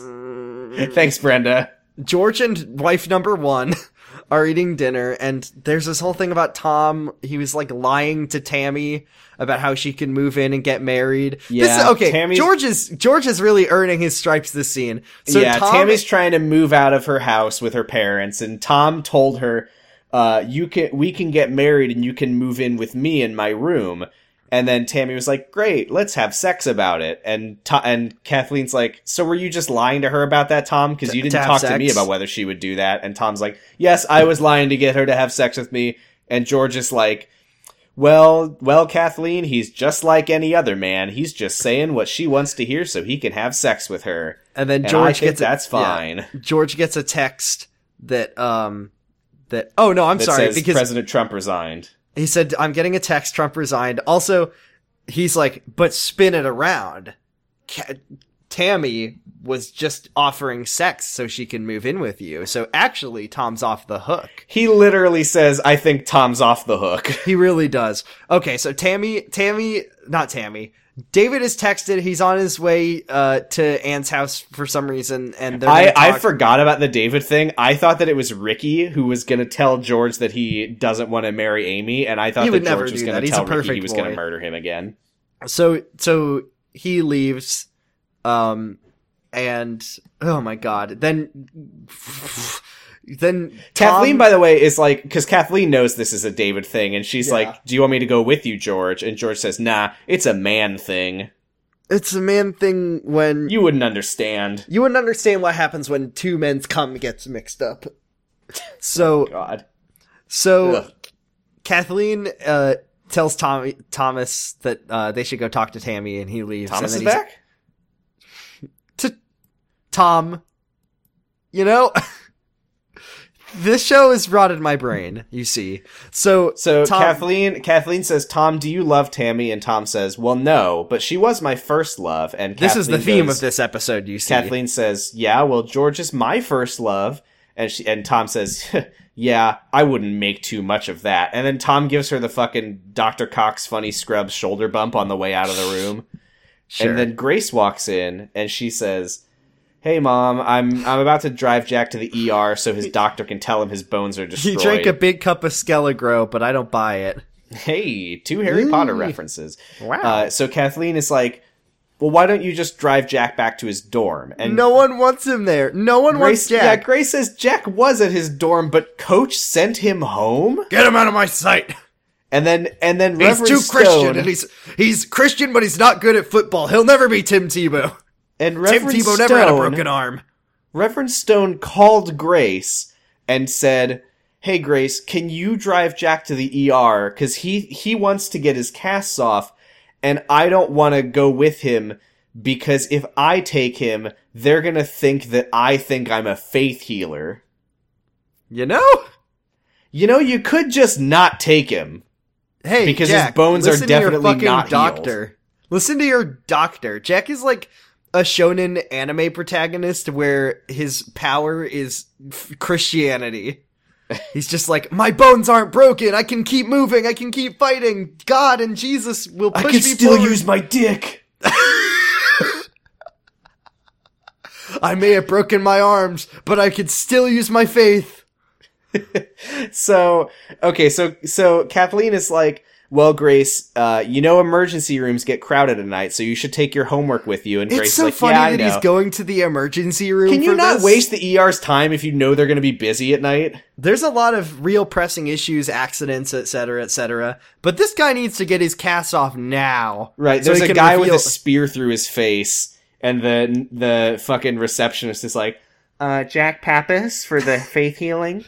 B: Thanks, Brenda.
C: George and wife number one are eating dinner, and there's this whole thing about Tom. He was like lying to Tammy about how she can move in and get married. this,
B: Yeah,
C: okay.
B: Tammy's-
C: George is George is really earning his stripes this scene. So
B: yeah,
C: Tom,
B: Tammy's trying to move out of her house with her parents, and Tom told her, uh, "You can, we can get married, and you can move in with me in my room." And then Tammy was like, "Great, let's have sex about it." And Ta- and Kathleen's like, "So were you just lying to her about that, Tom? Because you
C: To- to
B: didn't
C: have
B: talk to
C: sex?
B: me about whether she would do that." And Tom's like, "Yes, I was lying to get her to have sex with me." And George is like, Well, well, Kathleen, he's just like any other man. He's just saying what she wants to hear so he can have sex with her.
C: and then
B: And
C: George
B: I think
C: gets a-
B: that's
C: yeah.
B: fine.
C: George gets a text that um that oh no I'm
B: That
C: sorry
B: says
C: because
B: President Trump resigned.
C: he said I'm getting a text Trump resigned. Also, he's like but spin it around. Ca- Tammy was just offering sex so she can move in with you. So actually Tom's off the hook.
B: He literally says, "I think Tom's off the hook."
C: He really does. Okay, so Tammy Tammy not Tammy David is texted. He's on his way uh, to Anne's house for some reason, and they're.
B: I,
C: gonna
B: I
C: talk-
B: forgot about the David thing. I thought that it was Ricky who was going to tell George that he doesn't want to marry Amy, and I thought
C: He
B: that
C: would never
B: George was
C: do
B: going
C: that.
B: to
C: He's a
B: tell Ricky
C: perfect
B: he was going
C: boy.
B: to murder him again.
C: so so he leaves um and oh my god then then
B: Kathleen,
C: Tom-
B: by the way, is like because Kathleen knows this is a David thing, and she's
C: Yeah.
B: like, "Do you want me to go with you, George?" And George says, "Nah, it's a man thing.
C: it's a man thing when you,
B: You wouldn't understand."
C: wouldn't understand what happens when two men's cum gets mixed up Oh so
B: God,
C: so
B: Ugh.
C: kathleen uh tells tommy thomas that uh they should go talk to tammy and he leaves
B: Thomas is
C: and then he's-
B: back.
C: to Tom. You know, this show has rotted my brain. You see, so
B: So
C: Tom,
B: Kathleen, Kathleen says, "Tom, do you love Tammy?" And Tom says, "Well, no, but she was my first love." And
C: This is the
B: Kathleen
C: theme
B: goes-
C: of this episode. You see,
B: Kathleen says, "Yeah, well, George is my first love," and she and Tom says, "Yeah, I wouldn't make too much of that." And then Tom gives her the fucking Dr. Cox funny scrub shoulder bump on the way out of the room,
C: Sure.
B: and then Grace walks in and she says, "Hey, mom, I'm I'm about to drive Jack to the ER so his doctor can tell him his bones are
C: He
B: destroyed."
C: drank a big cup of Skelligro, but I don't buy it.
B: Hey, two Harry Potter
C: Ooh.
B: references.
C: Wow.
B: Uh, so Kathleen is like, "Well, why don't you just drive Jack back to his dorm?" And
C: No one wants him there. No one wants
B: Grace, yeah,
C: Jack.
B: Grace says Jack was at his dorm, but Coach sent him home.
C: Get him out of my sight.
B: And then, and then
C: He's
B: Reverend
C: too
B: Stone
C: Christian, and he's he's Christian, but he's not good at football. He'll never be Tim Tebow.
B: and Reverend
C: Tim Tebow
B: Stone,
C: never had a broken arm.
B: Reverend Stone called Grace and said, "Hey Grace, can you drive Jack to the ER cuz he he wants to get his casts off and I don't want to go with him because if I take him, they're going to think that I think I'm a faith healer."
C: You know?
B: You know, you could just not take him.
C: Hey,
B: Because his
C: Jack,
B: bones are
C: listen to your
B: definitely
C: fucking
B: not
C: doctor. Listen to your doctor. Jack is like a shonen anime protagonist where his power is f- Christianity. He's just like, my bones aren't broken. I can keep moving. I can keep fighting. God and Jesus will push
B: I
C: me
B: could still
C: forward.
B: use my dick.
C: I may have broken my arms, but I could still use my faith.
B: so okay so so kathleen is like well grace uh, you know emergency rooms get crowded at night so you should take your homework with you and grace
C: it's
B: is
C: so
B: like
C: funny
B: yeah i
C: that
B: know
C: he's going to the emergency room.
B: can you
C: for
B: not
C: this?
B: waste the er's time if you know they're going to be busy at night
C: There's a lot of real pressing issues, accidents, etc., etc. But this guy needs to get his cast off now.
B: right
C: So
B: there's
C: he
B: a
C: can
B: guy with
C: reveal-
B: a spear through his face and the the fucking receptionist is like
E: uh, Jack Pappas for the faith healing.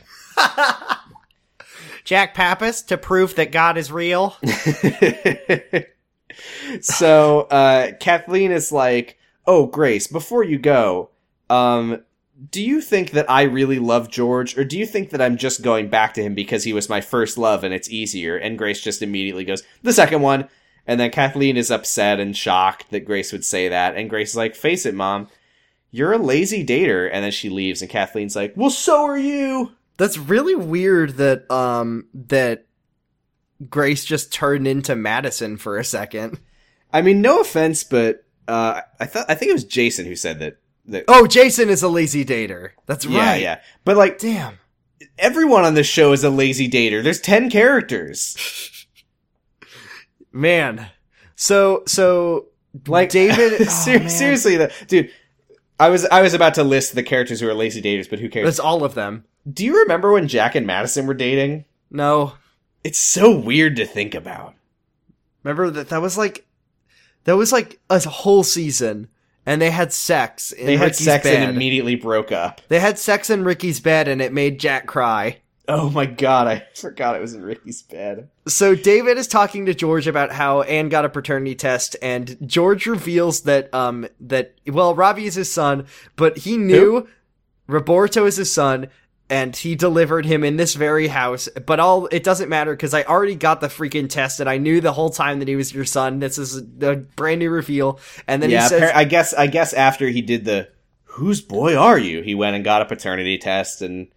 C: Jack Pappas to prove that God is real.
B: so uh, Kathleen is like, "Oh, Grace, before you go, um, do you think that I really love George, or do you think that I'm just going back to him because he was my first love and it's easier?" And Grace just immediately goes, "The second one." And then Kathleen is upset and shocked that Grace would say that, and Grace is like, "Face it, mom." You're a lazy dater, and then she leaves, and Kathleen's like, "Well, so are you."
C: That's really weird that um that Grace just turned into Madison for a second.
B: I mean, no offense, but uh, I thought I think it was Jason who said that. That
C: Oh, Jason is a lazy dater. That's
B: yeah,
C: right.
B: yeah, but like
C: Damn.
B: everyone on this show is a lazy dater. There's 10 characters.
C: Man. So so
B: Like
C: David- oh,
B: Ser-
C: man.
B: seriously though, dude, I was I was about to list the characters who are lazy daters, but who cares?
C: that's all of them.
B: Do you remember when Jack and Madison were dating?
C: No.
B: It's so weird to think about.
C: Remember that that was like that was like a whole season and they had sex in
B: They had
C: Ricky's
B: sex
C: bed.
B: and immediately broke up.
C: They had sex in Ricky's bed and it made Jack cry.
B: Oh my god, I forgot it was in Ricky's bed.
C: So David is talking to George about how Anne got a paternity test and George reveals that um that well Robbie is his son, but he knew Roberto is his son and he delivered him in this very house, but all it doesn't matter cuz I already got the freaking test and I knew the whole time that he was your son. This is a brand new reveal and then
B: yeah,
C: he says
B: appar- I guess I guess after he did the whose boy are you? He went and got a paternity test and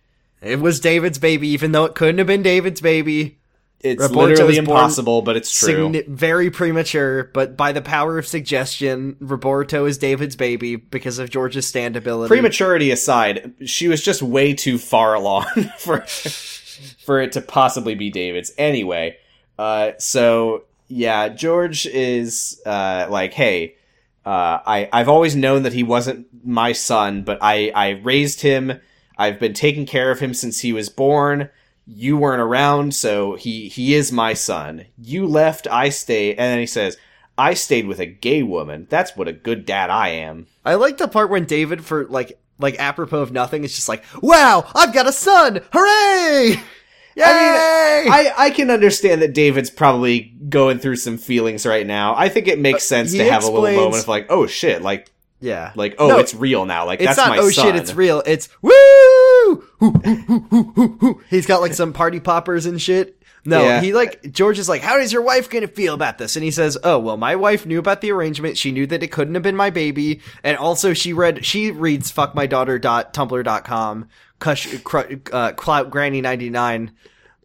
C: It was David's baby, even though it couldn't have been David's baby.
B: it's
C: Roberto
B: literally
C: was born
B: impossible, but it's true.
C: Signi- very premature, but by the power of suggestion, Roberto is David's baby because of George's stand ability.
B: prematurity aside, she was just way too far along for for it to possibly be David's. Anyway, uh, so yeah, George is uh, like, hey, uh, I I've always known that he wasn't my son, but I I raised him. I've been taking care of him since he was born. You weren't around, so he he is my son. You left, I stayed, and then he says. I stayed with a gay woman. That's what a good dad I am.
C: I like the part when David, for like, like apropos of nothing, is just like, "Wow, I've got a son! Hooray! Yay!"
B: I mean, I, I can understand that David's probably going through some feelings right now. I think it makes sense
C: Uh, he
B: to have a little
C: explains-
B: moment of like, oh shit, like
C: yeah,
B: like oh
C: No,
B: it's real now. Like that's
C: it's not
B: my
C: oh
B: son.
C: shit, it's real. It's woo! Hoo, hoo, hoo, hoo, hoo, hoo. He's got like some party poppers and shit. No,
B: Yeah.
C: he like George is like, how is your wife gonna feel about this? And he says, oh well, my wife knew about the arrangement. She knew that it couldn't have been my baby, and also she read she reads fuckmydaughter.tumblr.com, cush, cr- uh, clout granny ninety nine.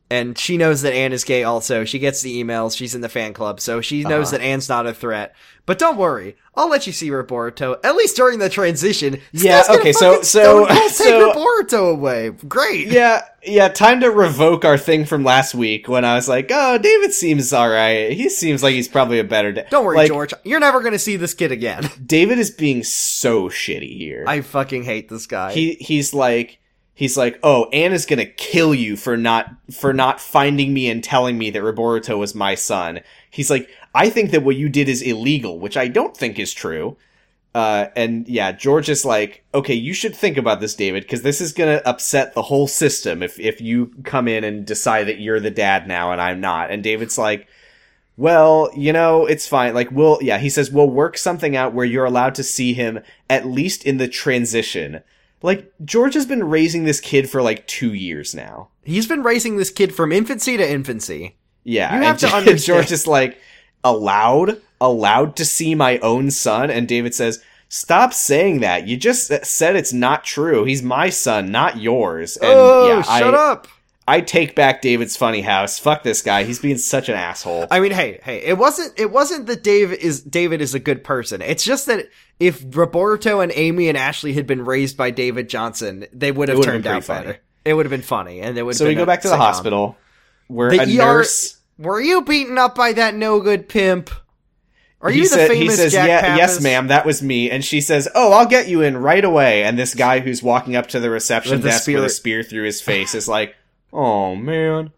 C: and she knows that Anne is gay also. She gets the emails, she's in the fan club, so she knows
B: Uh-huh.
C: that Anne's not a threat. But don't worry, I'll let you see Roboruto, at least during the transition.
B: Yeah,
C: Snow's gonna
B: okay, so-
C: fucking
B: so-
C: Stone Cold
B: so-
C: take Roboruto away. Great.
B: Yeah, yeah, time to revoke our thing from last week when I was like, oh, David seems alright. He seems like he's probably a better da-.
C: Don't worry,
B: Like,
C: George. You're never gonna see this kid again.
B: David is being so shitty here.
C: I fucking hate this guy.
B: he he's like he's like, "Oh, Anne is going to kill you for not for not finding me and telling me that Roboruto was my son." He's like, "I think that what you did is illegal, which I don't think is true." Uh, and yeah, George is like, okay, you should think about this, David, because this is gonna upset the whole system if if you come in and decide that you're the dad now and I'm not. And David's like, well, you know, it's fine. Like, we'll, yeah, he says, we'll work something out where you're allowed to see him at least in the transition. Like, George has been raising this kid for like two years now.
C: He's been raising this kid from infancy to infancy.
B: Yeah.
C: You
B: and
C: have to
B: Ge-
C: understand-
B: George is like, allowed, allowed to see my own son. And David says, stop saying that. You just s- said it's not true. He's my son, not yours. And
C: oh,
B: yeah,
C: shut
B: I,
C: up.
B: I take back David's funny house. Fuck this guy. He's being such an asshole.
C: I mean, hey, hey, it wasn't it wasn't that Dave is David is a good person. It's just that if Roberto and Amy and Ashley had been raised by David Johnson, they would have
B: would've been
C: turned out
B: pretty funny.
C: better. It would have been funny, and it would.
B: so we go back to the hospital where
C: The
B: a
C: ER
B: nurse.
C: Were you beaten up by that no good pimp? Are
B: He
C: you the
B: said-
C: famous
B: he says,
C: Jack
B: "Yeah-
C: Pappas?
B: yes, ma'am, that was me. And she says, oh, I'll get you in right away. And this guy who's walking up to the reception
C: With the
B: desk with
C: spear.
B: a spear through his face is like, oh, man.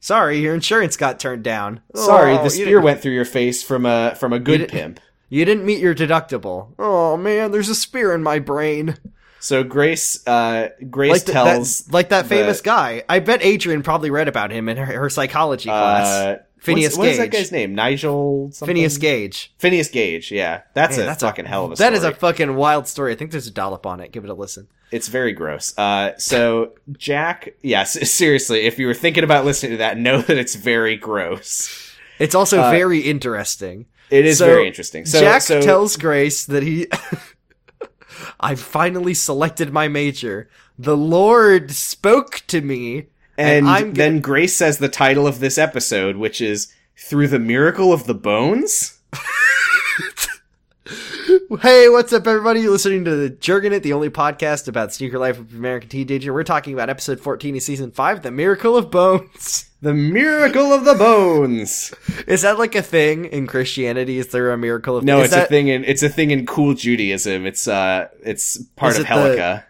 C: Sorry, your insurance got turned down.
B: Sorry,
C: Oh,
B: the
C: you
B: spear
C: didn't-
B: went through your face from a from a good pimp.
C: You didn't meet your deductible. Oh man, there's a spear in my brain.
B: So Grace, uh, Grace
C: Like th- that-
B: tells
C: like that
B: the-
C: famous guy. I bet Adrian probably read about him in her, her psychology class.
B: uh,
C: Phineas
B: what's, what is that
C: Gage.
B: guy's name? Nigel. Something?
C: Phineas Gage.
B: Phineas Gage. Yeah, that's
C: Man,
B: a
C: that's a-
B: fucking hell of a.
C: That is
B: story.
C: a fucking wild story. I think there's a dollop on it. Give it a listen.
B: It's very gross. Uh, so Jack, yes, seriously, if you were thinking about listening to that, know that it's very gross.
C: It's also
B: Uh,
C: very interesting.
B: It is
C: So,
B: very interesting. So
C: Jack
B: so,
C: tells Grace that he. I finally selected my major. The Lord spoke to me.
B: and
C: and I'm gonna-
B: then Grace says the title of this episode, which is "Through the Miracle of the Bones."
C: Hey, what's up, everybody? You're listening to the Jerkin It, the only podcast about sneaker life of American teenager. We're talking about episode 14 of season 5, The Miracle of Bones.
B: The miracle of the bones.
C: Is that like a thing in Christianity? Is there a miracle of
B: No,
C: is
B: it's
C: that-
B: a thing in it's a thing in cool Judaism. It's uh it's part
C: Is
B: of
C: it the-
B: Helica.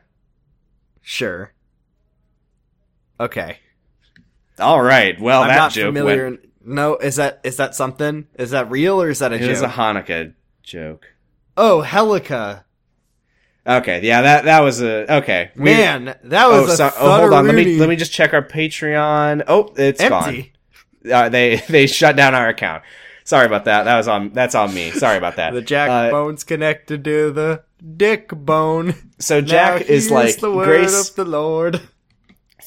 C: Sure. Okay.
B: All right. Well,
C: I'm
B: Oh, that
C: not
B: joke
C: familiar.
B: went,
C: No, is that is that something? Is that real or is that a
B: it
C: joke?
B: was a Hanukkah joke.
C: oh, Helica.
B: Okay, yeah, that that was a okay. We-
C: Man, that
B: oh,
C: was a
B: so- oh, hold on. Let me
C: thudderoonie.
B: let me just check our Patreon. Oh, it's
C: empty.
B: gone. Uh, they they shut down our account. Sorry about that. That was on that's on me. Sorry about that.
C: The jack
B: Uh,
C: bone's connected to the dick bone.
B: so Jack
C: Now
B: is
C: here's
B: like
C: the word
B: Grace
C: of the Lord.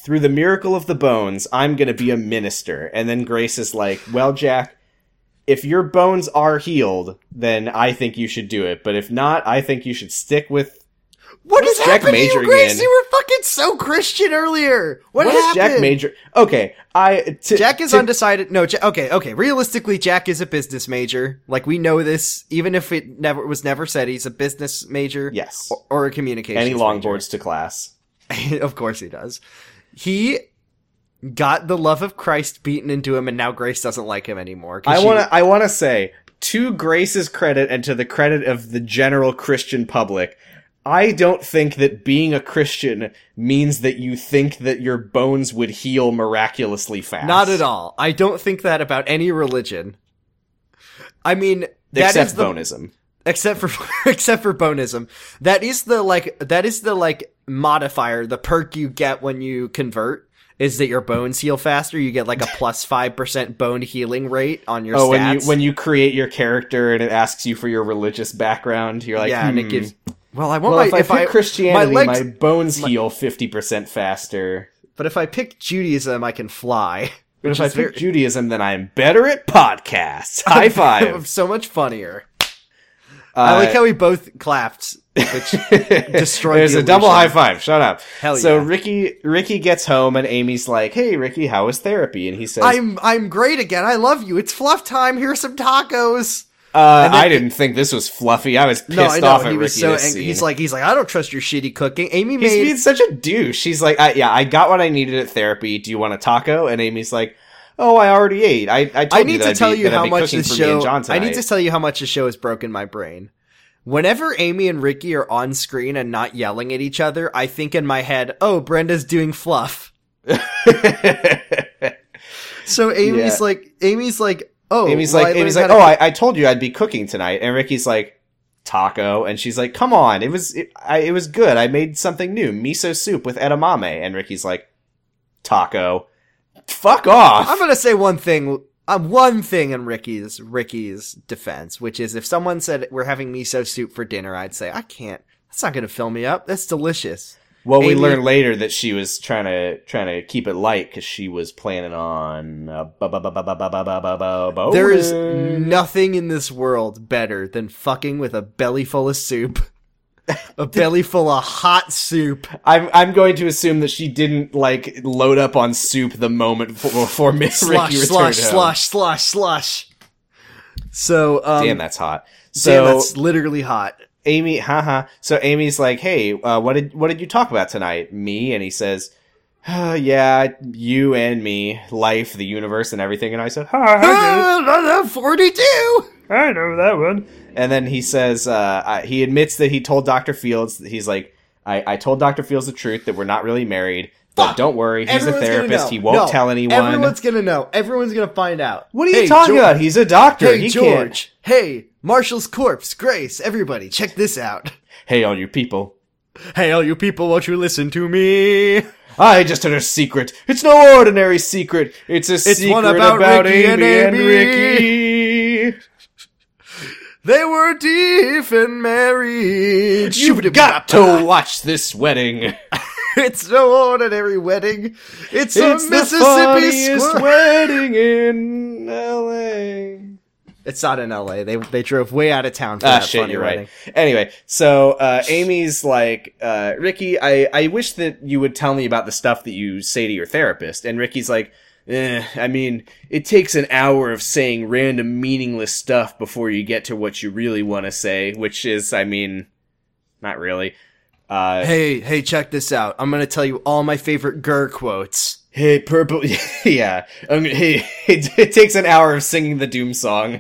B: through the miracle of the bones, I'm going to be a minister. And then Grace is like, Well, Jack, if your bones are healed, then I think you should do it. But if not, I think you should stick with.
C: What is
B: Jack
C: happening to you,
B: majoring
C: Grace?
B: in?
C: You were fucking so Christian earlier. What,
B: What is
C: happened?
B: Jack Major? Okay, I. to-
C: Jack is
B: to-
C: undecided. No, Ja okay, okay. Realistically, Jack is a business major. Like we know this, even if it never was never said, he's a business major.
B: Yes.
C: or, or a communications.
B: And he
C: Oh, major.
B: longboards to class.
C: of course he does. He got the love of Christ beaten into him, and now Grace doesn't like him anymore. 'cause
B: I
C: she-
B: want to. I want to say to Grace's credit and to the credit of the general Christian public, I don't think that being a Christian means that you think that your bones would heal miraculously fast.
C: Not at all. I don't think that about any religion. I mean, that
B: Except
C: is the
B: bonism.
C: except for except for bonism. That is the like that is the like modifier, the perk you get when you convert is that your bones heal faster. You get like a plus five percent bone healing rate on your
B: Oh,
C: stats.
B: when you when you create your character and it asks you for your religious background, you're like, hmm,
C: yeah, and it gives. Well, I want
B: Well,
C: my
B: if I pick
C: I-
B: Christianity, my,
C: my legs,
B: bones heal fifty percent faster.
C: but if I pick Judaism, I can fly.
B: But if
C: which
B: I
C: is
B: pick
C: very-
B: Judaism, then I'm better at podcasts. High five!
C: so much funnier.
B: Uh,
C: I like how we both clapped which destroyed.
B: There's
C: the
B: a double high
C: illusion.
B: five. Shut up.
C: Hell
B: so
C: yeah.
B: Ricky Ricky gets home and Amy's like, "Hey Ricky, how was therapy?" And he says,
C: I'm I'm great again. I love you. It's fluff time. Here's some tacos.
B: uh, "I didn't think this was fluffy. I was pissed
C: No, I know.
B: off at
C: He was
B: Ricky."
C: so
B: this
C: angry.
B: scene."
C: He's like he's like I don't trust your shitty cooking. Amy
B: He's
C: made
B: being such a douche. He's like, I, "Yeah, I got what I needed at therapy. Do you want a taco?" And Amy's like, "Oh, I already ate. I I told
C: I
B: you
C: need
B: that
C: to
B: I'd
C: tell
B: be-
C: you
B: that I'd
C: how
B: be
C: much
B: cooking
C: this
B: for me and
C: show.
B: John
C: I need
B: tonight."
C: to tell you how much this show has broken my brain. Whenever Amy and Ricky are on screen and not yelling at each other, I think in my head, "Oh, Brenda's doing fluff." So
B: Yeah.
C: Amy's like, Amy's like, "Oh,
B: Amy's
C: well,
B: like,
C: I
B: Amy's like,
C: learned
B: oh,
C: how to
B: I, I told you I'd be cooking tonight, and Ricky's like, taco, and she's like, come on, it was it, I, it was good. I made something new, miso soup with edamame, and Ricky's like, taco, fuck off.
C: cook." I'm gonna say one thing. Um, one thing in Ricky's Ricky's defense, which is if someone said we're having miso soup for dinner, I'd say I can't. That's not gonna fill me up. That's delicious.
B: well, we
C: Amy-
B: learn later that she was trying to trying to keep it light because she was planning on uh, bu- bu- bu- bu- bu- bu- bu- bu- bu- bu-
C: There is
B: bowling.
C: nothing in this world better than fucking with a belly full of soup. A belly full of hot soup.
B: I'm I'm going to assume that she didn't like load up on soup the moment before, before Miss
C: Slosh,
B: Ricky returned
C: slosh,
B: home.
C: slosh, slosh, slosh. So, um,
B: Damn, that's hot. So
C: damn, that's literally hot.
B: Amy, haha. So Amy's like, "Hey, uh, what did what did you talk about tonight?" Me, and he says, "Uh, "Yeah, you and me, life, the universe, and everything." And I said, "Huh."
C: Ah, 42!
B: I know that one. And then he says, uh, I, he admits that he told Doctor Fields. He's like, I, "I told Doctor Fields the truth that we're not really married, but
C: Fuck.
B: don't worry, he's
C: Everyone's
B: a
C: gonna
B: therapist.
C: know.
B: He won't
C: No,
B: tell anyone."
C: Everyone's gonna know. Everyone's gonna find out.
B: what are you
C: Hey,
B: talking
C: George.
B: about? He's a doctor.
C: Hey,
B: he can't.
C: George. Hey, Marshall's corpse. Grace. Everybody, check this out.
B: Hey, all you people.
C: Hey, all you people, won't you listen to me?
B: I just had a secret. It's no ordinary secret. It's a secret
C: one
B: about,
C: about Ricky
B: Amy
C: and
B: and,
C: Amy.
B: Ricky.
C: They were deep in married.
B: You've got to watch this wedding.
C: It's no ordinary wedding.
B: It's
C: It's, a
B: the
C: Mississippi
B: funniest
C: squirrel.
B: wedding in L.A.
C: It's not in L.A. They they drove way out of town for
B: Ah,
C: that
B: shit,
C: funny
B: you're
C: wedding.
B: right. Anyway, so uh, Amy's like, uh, Ricky, I, I wish that you would tell me about the stuff that you say to your therapist. And Ricky's like, eh, I mean, it takes an hour of saying random meaningless stuff before you get to what you really want to say, which is, I mean, not really. Uh,
C: Hey, hey, check this out. I'm gonna tell you all my favorite Gurr quotes.
B: Hey, purple. yeah. I'm, hey, it, it takes an hour of singing the Doom song.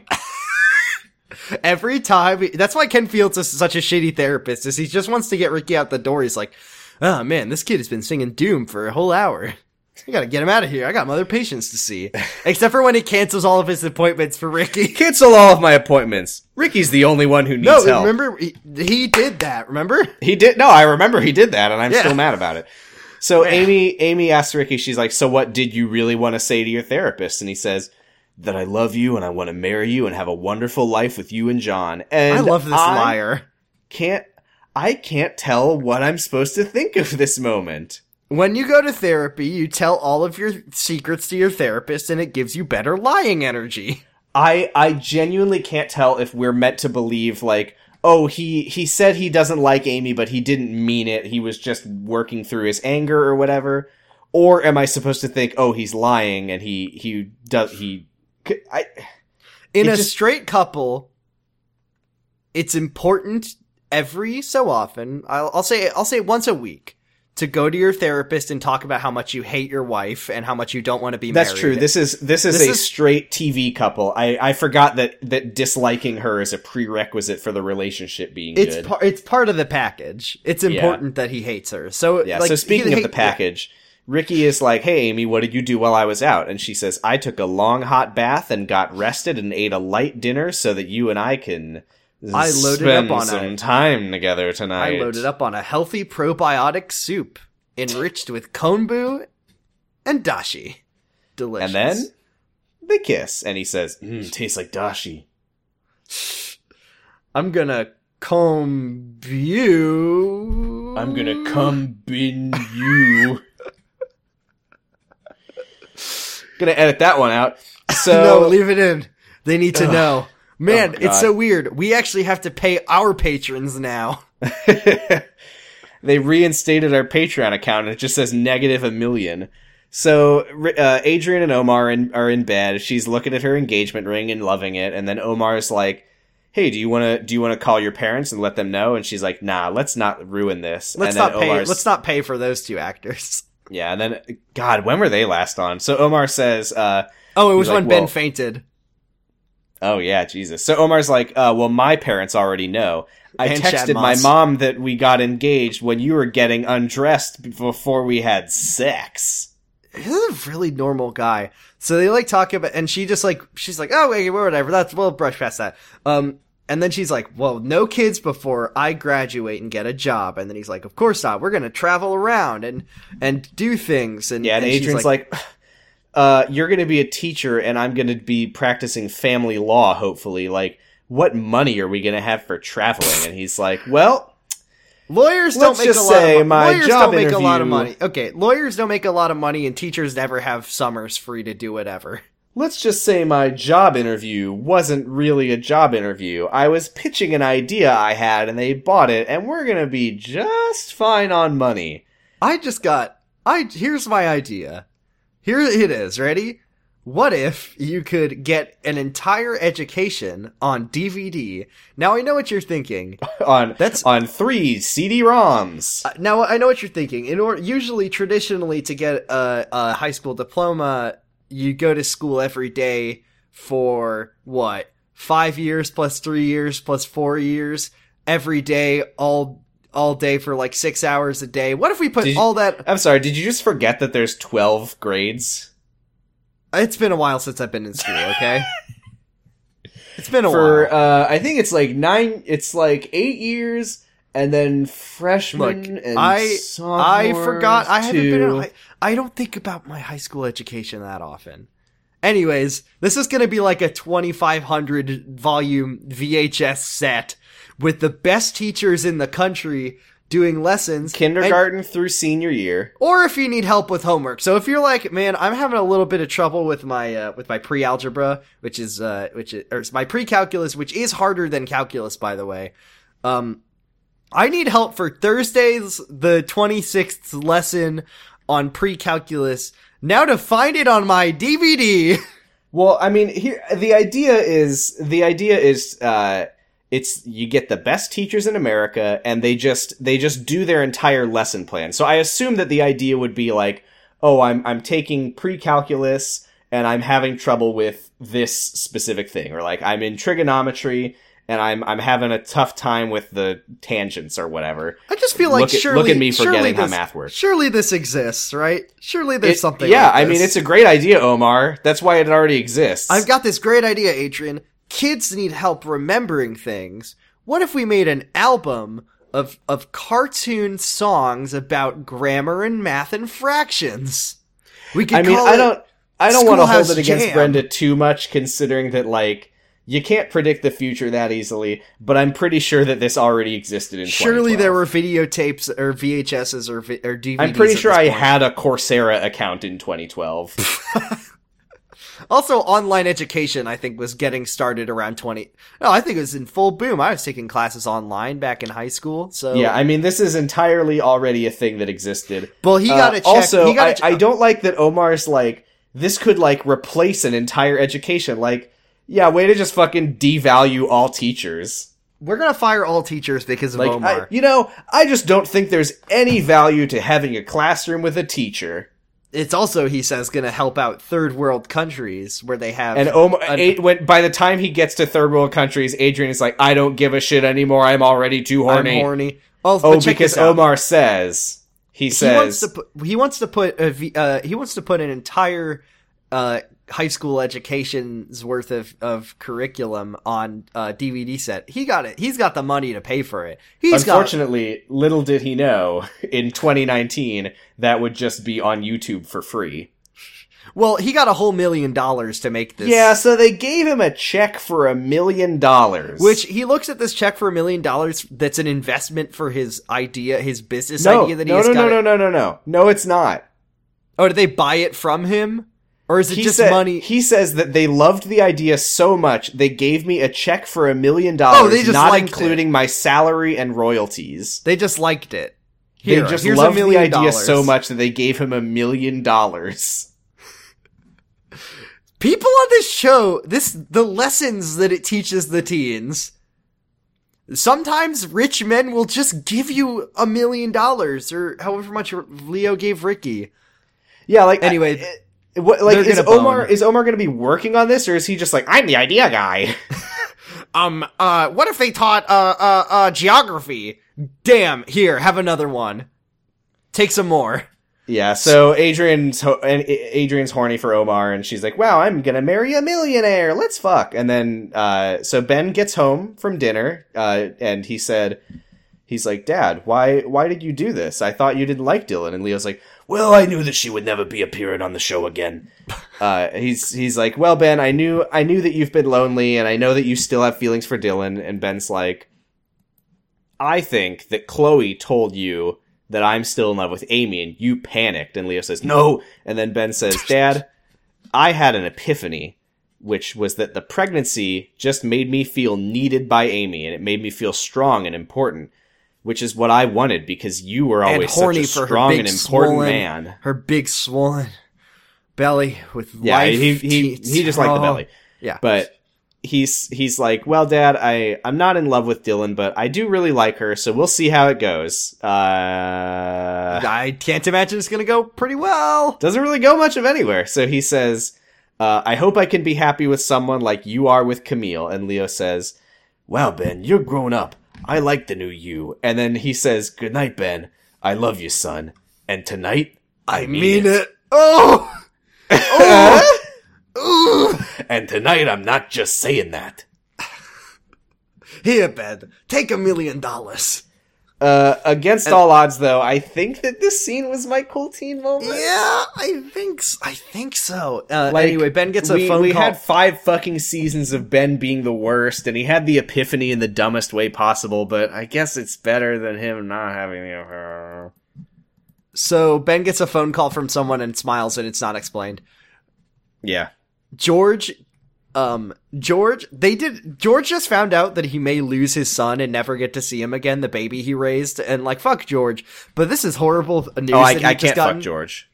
C: Every time, that's why Ken Fields is such a shitty therapist. Is he just wants to get Ricky out the door? He's like, oh man, this kid has been singing Doom for a whole hour. I gotta get him out of here. I got my other patients to see. Except for when he cancels all of his appointments for Ricky.
B: Cancel all of my appointments. Ricky's the only one who needs
C: No,
B: help.
C: remember he, he did that. Remember?
B: He did. No, I remember he did that, and I'm
C: Yeah.
B: still mad about it. So Amy, Amy asks Ricky, she's like, "So what did you really want to say to your therapist?" And he says that I love you and I want to marry you and have a wonderful life with you and John. And
C: I love this
B: I
C: liar.
B: Can't I can't tell what I'm supposed to think of this moment.
C: When you go to therapy, you tell all of your secrets to your therapist, and it gives you better lying energy.
B: I I genuinely can't tell if we're meant to believe like oh he he said he doesn't like Amy but he didn't mean it he was just working through his anger or whatever or am I supposed to think oh he's lying and he he does he c- I
C: In
B: It
C: a
B: just-
C: straight couple, it's important every so often. I'll, I'll say I'll say once a week to go to your therapist and talk about how much you hate your wife and how much you don't want to be
B: that's
C: married.
B: true this is this is
C: This
B: a
C: is-
B: straight TV couple I I forgot that that disliking her is a prerequisite for the relationship being
C: it's
B: good
C: par- it's part of the package. It's important that he hates her. So
B: Yeah.
C: like,
B: so speaking
C: he-
B: of
C: he-
B: the package, Ricky is like, "Hey, Amy, what did you do while I was out?" And she says, "I took a long hot bath and got rested and ate a light dinner so that you and I can
C: I loaded up
B: spend
C: on
B: some
C: a-
B: time together tonight."
C: I loaded up on a healthy probiotic soup enriched with kombu and dashi.
B: and
C: Delicious.
B: then they kiss, and he says, mm, "Tastes like dashi."
C: I'm gonna comb you.
B: I'm gonna come bin you. gonna edit that one out. So
C: no, leave it in. They need to know. Man,
B: Oh, God.
C: it's so weird. We actually have to pay our patrons now.
B: they reinstated our Patreon account and it just says negative a million. So uh, Adrian and Omar in, are in bed. She's looking at her engagement ring and loving it, and then Omar's like, "Hey, do you want to do you want to call your parents and let them know?" And she's like, "Nah, let's not ruin this."
C: Let's
B: and then
C: not pay.
B: Omar's-
C: Let's not pay for those two actors.
B: Yeah, and then God, when were they last on? So Omar says, uh,
C: Oh, it was
B: like,
C: when Ben
B: "Well,
C: fainted.
B: "Oh yeah, Jesus." So Omar's like, uh, "Well, my parents already know. I
C: And Chad
B: texted my
C: Moss.
B: mom that we got engaged when you were getting undressed b- before we had sex."
C: He's a really normal guy. So they like talk about, and she just like she's like, oh wait, whatever. That's we'll brush past that. Um, and then she's like, well, no kids before I graduate and get a job. And then he's like, of course not. We're gonna travel around and and do things. And
B: Yeah, and,
C: she's
B: Adrian's like, uh, "You're going to be a teacher, and I'm going to be practicing family law. Hopefully, like, what money are we going to have for traveling?" And he's like, "Well."
C: lawyers don't
B: let's
C: make
B: just
C: a lot.
B: say
C: of mon-
B: my
C: lawyers
B: job
C: don't make a lot of
B: interview-
C: money. Okay, lawyers don't make a lot of money, and teachers never have summers free to do whatever.
B: Let's just say my job interview wasn't really a job interview. I was pitching an idea I had and they bought it, and we're gonna be just fine on money.
C: I just got I here's my idea. Here it is, ready? What if you could get an entire education on DVD? Now I know what you're thinking.
B: On
C: That's-
B: on three CD ROMs.
C: Uh, Now I know what you're thinking. In order usually traditionally to get a, a high school diploma, you go to school every day for what? 5 years plus 3 years plus 4 years every day all all day for like 6 hours a day. What if we put
B: Did you-
C: all that
B: I'm sorry, did you just forget that there's twelve grades?
C: It's been a while since I've been in school, okay? it's been a
B: For
C: while.
B: uh I think it's like nine it's like eight years and then freshman
C: Look,
B: and
C: I I
B: sophomores
C: forgot I haven't been in
B: uh, too.
C: high, I don't think about my high school education that often. Anyways, this is going to be like a 2500 volume VHS set with the best teachers in the country doing lessons and-
B: kindergarten through senior year.
C: or if you need help with homework. So if you're like, man, I'm having a little bit of trouble with my uh, with my pre-algebra, which is uh, which is, or it's my pre-calculus, which is harder than calculus, by the way. Um, I need help for Thursday's the 26th lesson on pre-calculus. Now to find it on my DVD.
B: Well, I mean, here the idea is the idea is uh, it's you get the best teachers in America, and they just they just do their entire lesson plan. So I assume that the idea would be like, oh, I'm I'm taking pre-calculus, and I'm having trouble with this specific thing, or like I'm in trigonometry, and I'm I'm having a tough time with the tangents or whatever.
C: I just feel like
B: Look at-
C: surely
B: look at me
C: surely
B: forgetting how
C: this-
B: math works.
C: Surely this exists, right? Surely there's
B: It-
C: something.
B: yeah,
C: like
B: I mean,
C: this.
B: it's a great idea, Omar. That's why it already exists.
C: I've got this great idea, Adrian. Kids need help remembering things. What if we made an album of of cartoon songs about grammar and math and fractions? We could
B: I mean,
C: call
B: I
C: it-
B: don't, I don't want to hold
C: Schoolhouse
B: it against
C: Jam.
B: Brenda too much, considering that like you can't predict the future that easily. But I'm pretty sure that this already existed in.
C: Surely
B: 2012.
C: there were videotapes or VHSs or vi- or DVDs.
B: I'm pretty
C: at
B: sure
C: this
B: I
C: point.
B: had a Coursera account in 2012.
C: Also, online education, I think, was getting started around 20. No, I think it was in full boom. I was taking classes online back in high school. So
B: yeah, I mean, this is entirely already a thing that existed.
C: Well, he
B: Uh,
C: got to check.
B: Also,
C: he got
B: I, I don't like that Omar's like this could like replace an entire education. Like, yeah, way to just fucking devalue all teachers.
C: We're gonna fire all teachers because of
B: Like,
C: Omar.
B: I, you know, I just don't think there's any value to having a classroom with a teacher.
C: it's also he says going to help out third world countries where they have
B: And Omar,
C: an-
B: eight, when, by the time he gets to third world countries, Adrian is like, I don't give a shit anymore. I'm already too
C: I'm
B: horny.
C: horny. Oh, but
B: Oh,
C: check
B: because
C: this out.
B: Omar says he
C: he wants
B: says
C: to put he wants to put a v, uh, he wants to put an entire uh, high school education's worth of, of curriculum on uh, DVD set. He got it. He's got the money to pay for it. He's got
B: Unfortunately, little did he know in 2019 that would just be on YouTube for free.
C: well, he got a whole million dollars to make this.
B: Yeah, so they gave him a check for a million dollars.
C: Which he looks at this check for a million dollars. That's an investment for his idea, his business
B: no,
C: idea that he
B: no,
C: has
B: no,
C: got.
B: no,
C: it-
B: no, no, no, no, no, it's not.
C: Oh, did they buy it from him? Or is it
B: He
C: just
B: said-
C: money?
B: He says that they loved the idea so much they gave me a check for a million dollars,
C: Oh, they just
B: not
C: liked it.
B: including my salary and royalties.
C: they just liked it. Here,
B: they just
C: here's
B: loved the
C: a million
B: idea
C: dollars.
B: so much that they gave him a million dollars.
C: People on this show, this the lessons that it teaches the teens. Sometimes rich men will just give you a million dollars or however much Leo gave Ricky.
B: Yeah, like
C: Anyway,
B: I- what, like
C: they're
B: is
C: gonna
B: Omar
C: bone.
B: is Omar going to be working on this, or is he just like I'm the idea guy?
C: Um, uh, what if they taught, uh, uh, uh, geography? Damn, here, have another one. Take some more.
B: yeah. So Adrian's ho- and A- Adrian's horny for Omar, and she's like, "Wow, I'm gonna marry a millionaire. Let's fuck." And then uh, so Ben gets home from dinner, uh, and he said. He's like, Dad, why why did you do this? I thought you didn't like Dylan. And Leo's like, Well, I knew that she would never be appearing on the show again. uh, he's he's like, Well, Ben, I knew I knew that you've been lonely, and I know that you still have feelings for Dylan. And Ben's like, I think that Chloe told you that I'm still in love with Amy, and you panicked. And Leo says, No. And then Ben says, Dad, I had an epiphany. Which was that the pregnancy just made me feel needed by Amy, and it made me feel strong and important which is what I wanted because you were
C: And
B: always
C: horny
B: such a
C: for
B: strong
C: her big
B: and important
C: swollen,
B: man.
C: Her big swollen belly with
B: Yeah,
C: life.
B: he he,
C: teeth.
B: he just liked the
C: Oh,
B: belly.
C: Yeah.
B: But he's he's like, well, Dad, I I'm not in love with Dylan, but I do really like her, so we'll see how it goes. Uh,
C: I can't imagine it's gonna go pretty well.
B: doesn't really go much of anywhere. So he says, uh, I hope I can be happy with someone like you are with Camille. And Leo says, Wow, Ben, you're grown up. I like the new you. And then he says, Good night, Ben. I love you, son. And tonight, I, mean it.
C: Oh! oh! Ooh.
B: And tonight I'm not just saying that.
C: Here, Ben, take a million dollars.
B: Uh, against all odds, though, I think that this scene was my cool teen moment.
C: Yeah, I think, s- I think so. Uh,
B: Like,
C: anyway, Ben gets a
B: we,
C: phone
B: we
C: call.
B: had five fucking seasons of Ben being the worst, and he had the epiphany in the dumbest way possible. But I guess it's better than him not having the.
C: So Ben gets a phone call from someone and smiles, and it's not explained.
B: Yeah,
C: George, um, George, they did. George just found out that he may lose his son and never get to see him again, the baby he raised, and like fuck George. But this is horrible news.
B: Oh, I,
C: that he
B: I
C: just
B: can't
C: gotten.
B: fuck George.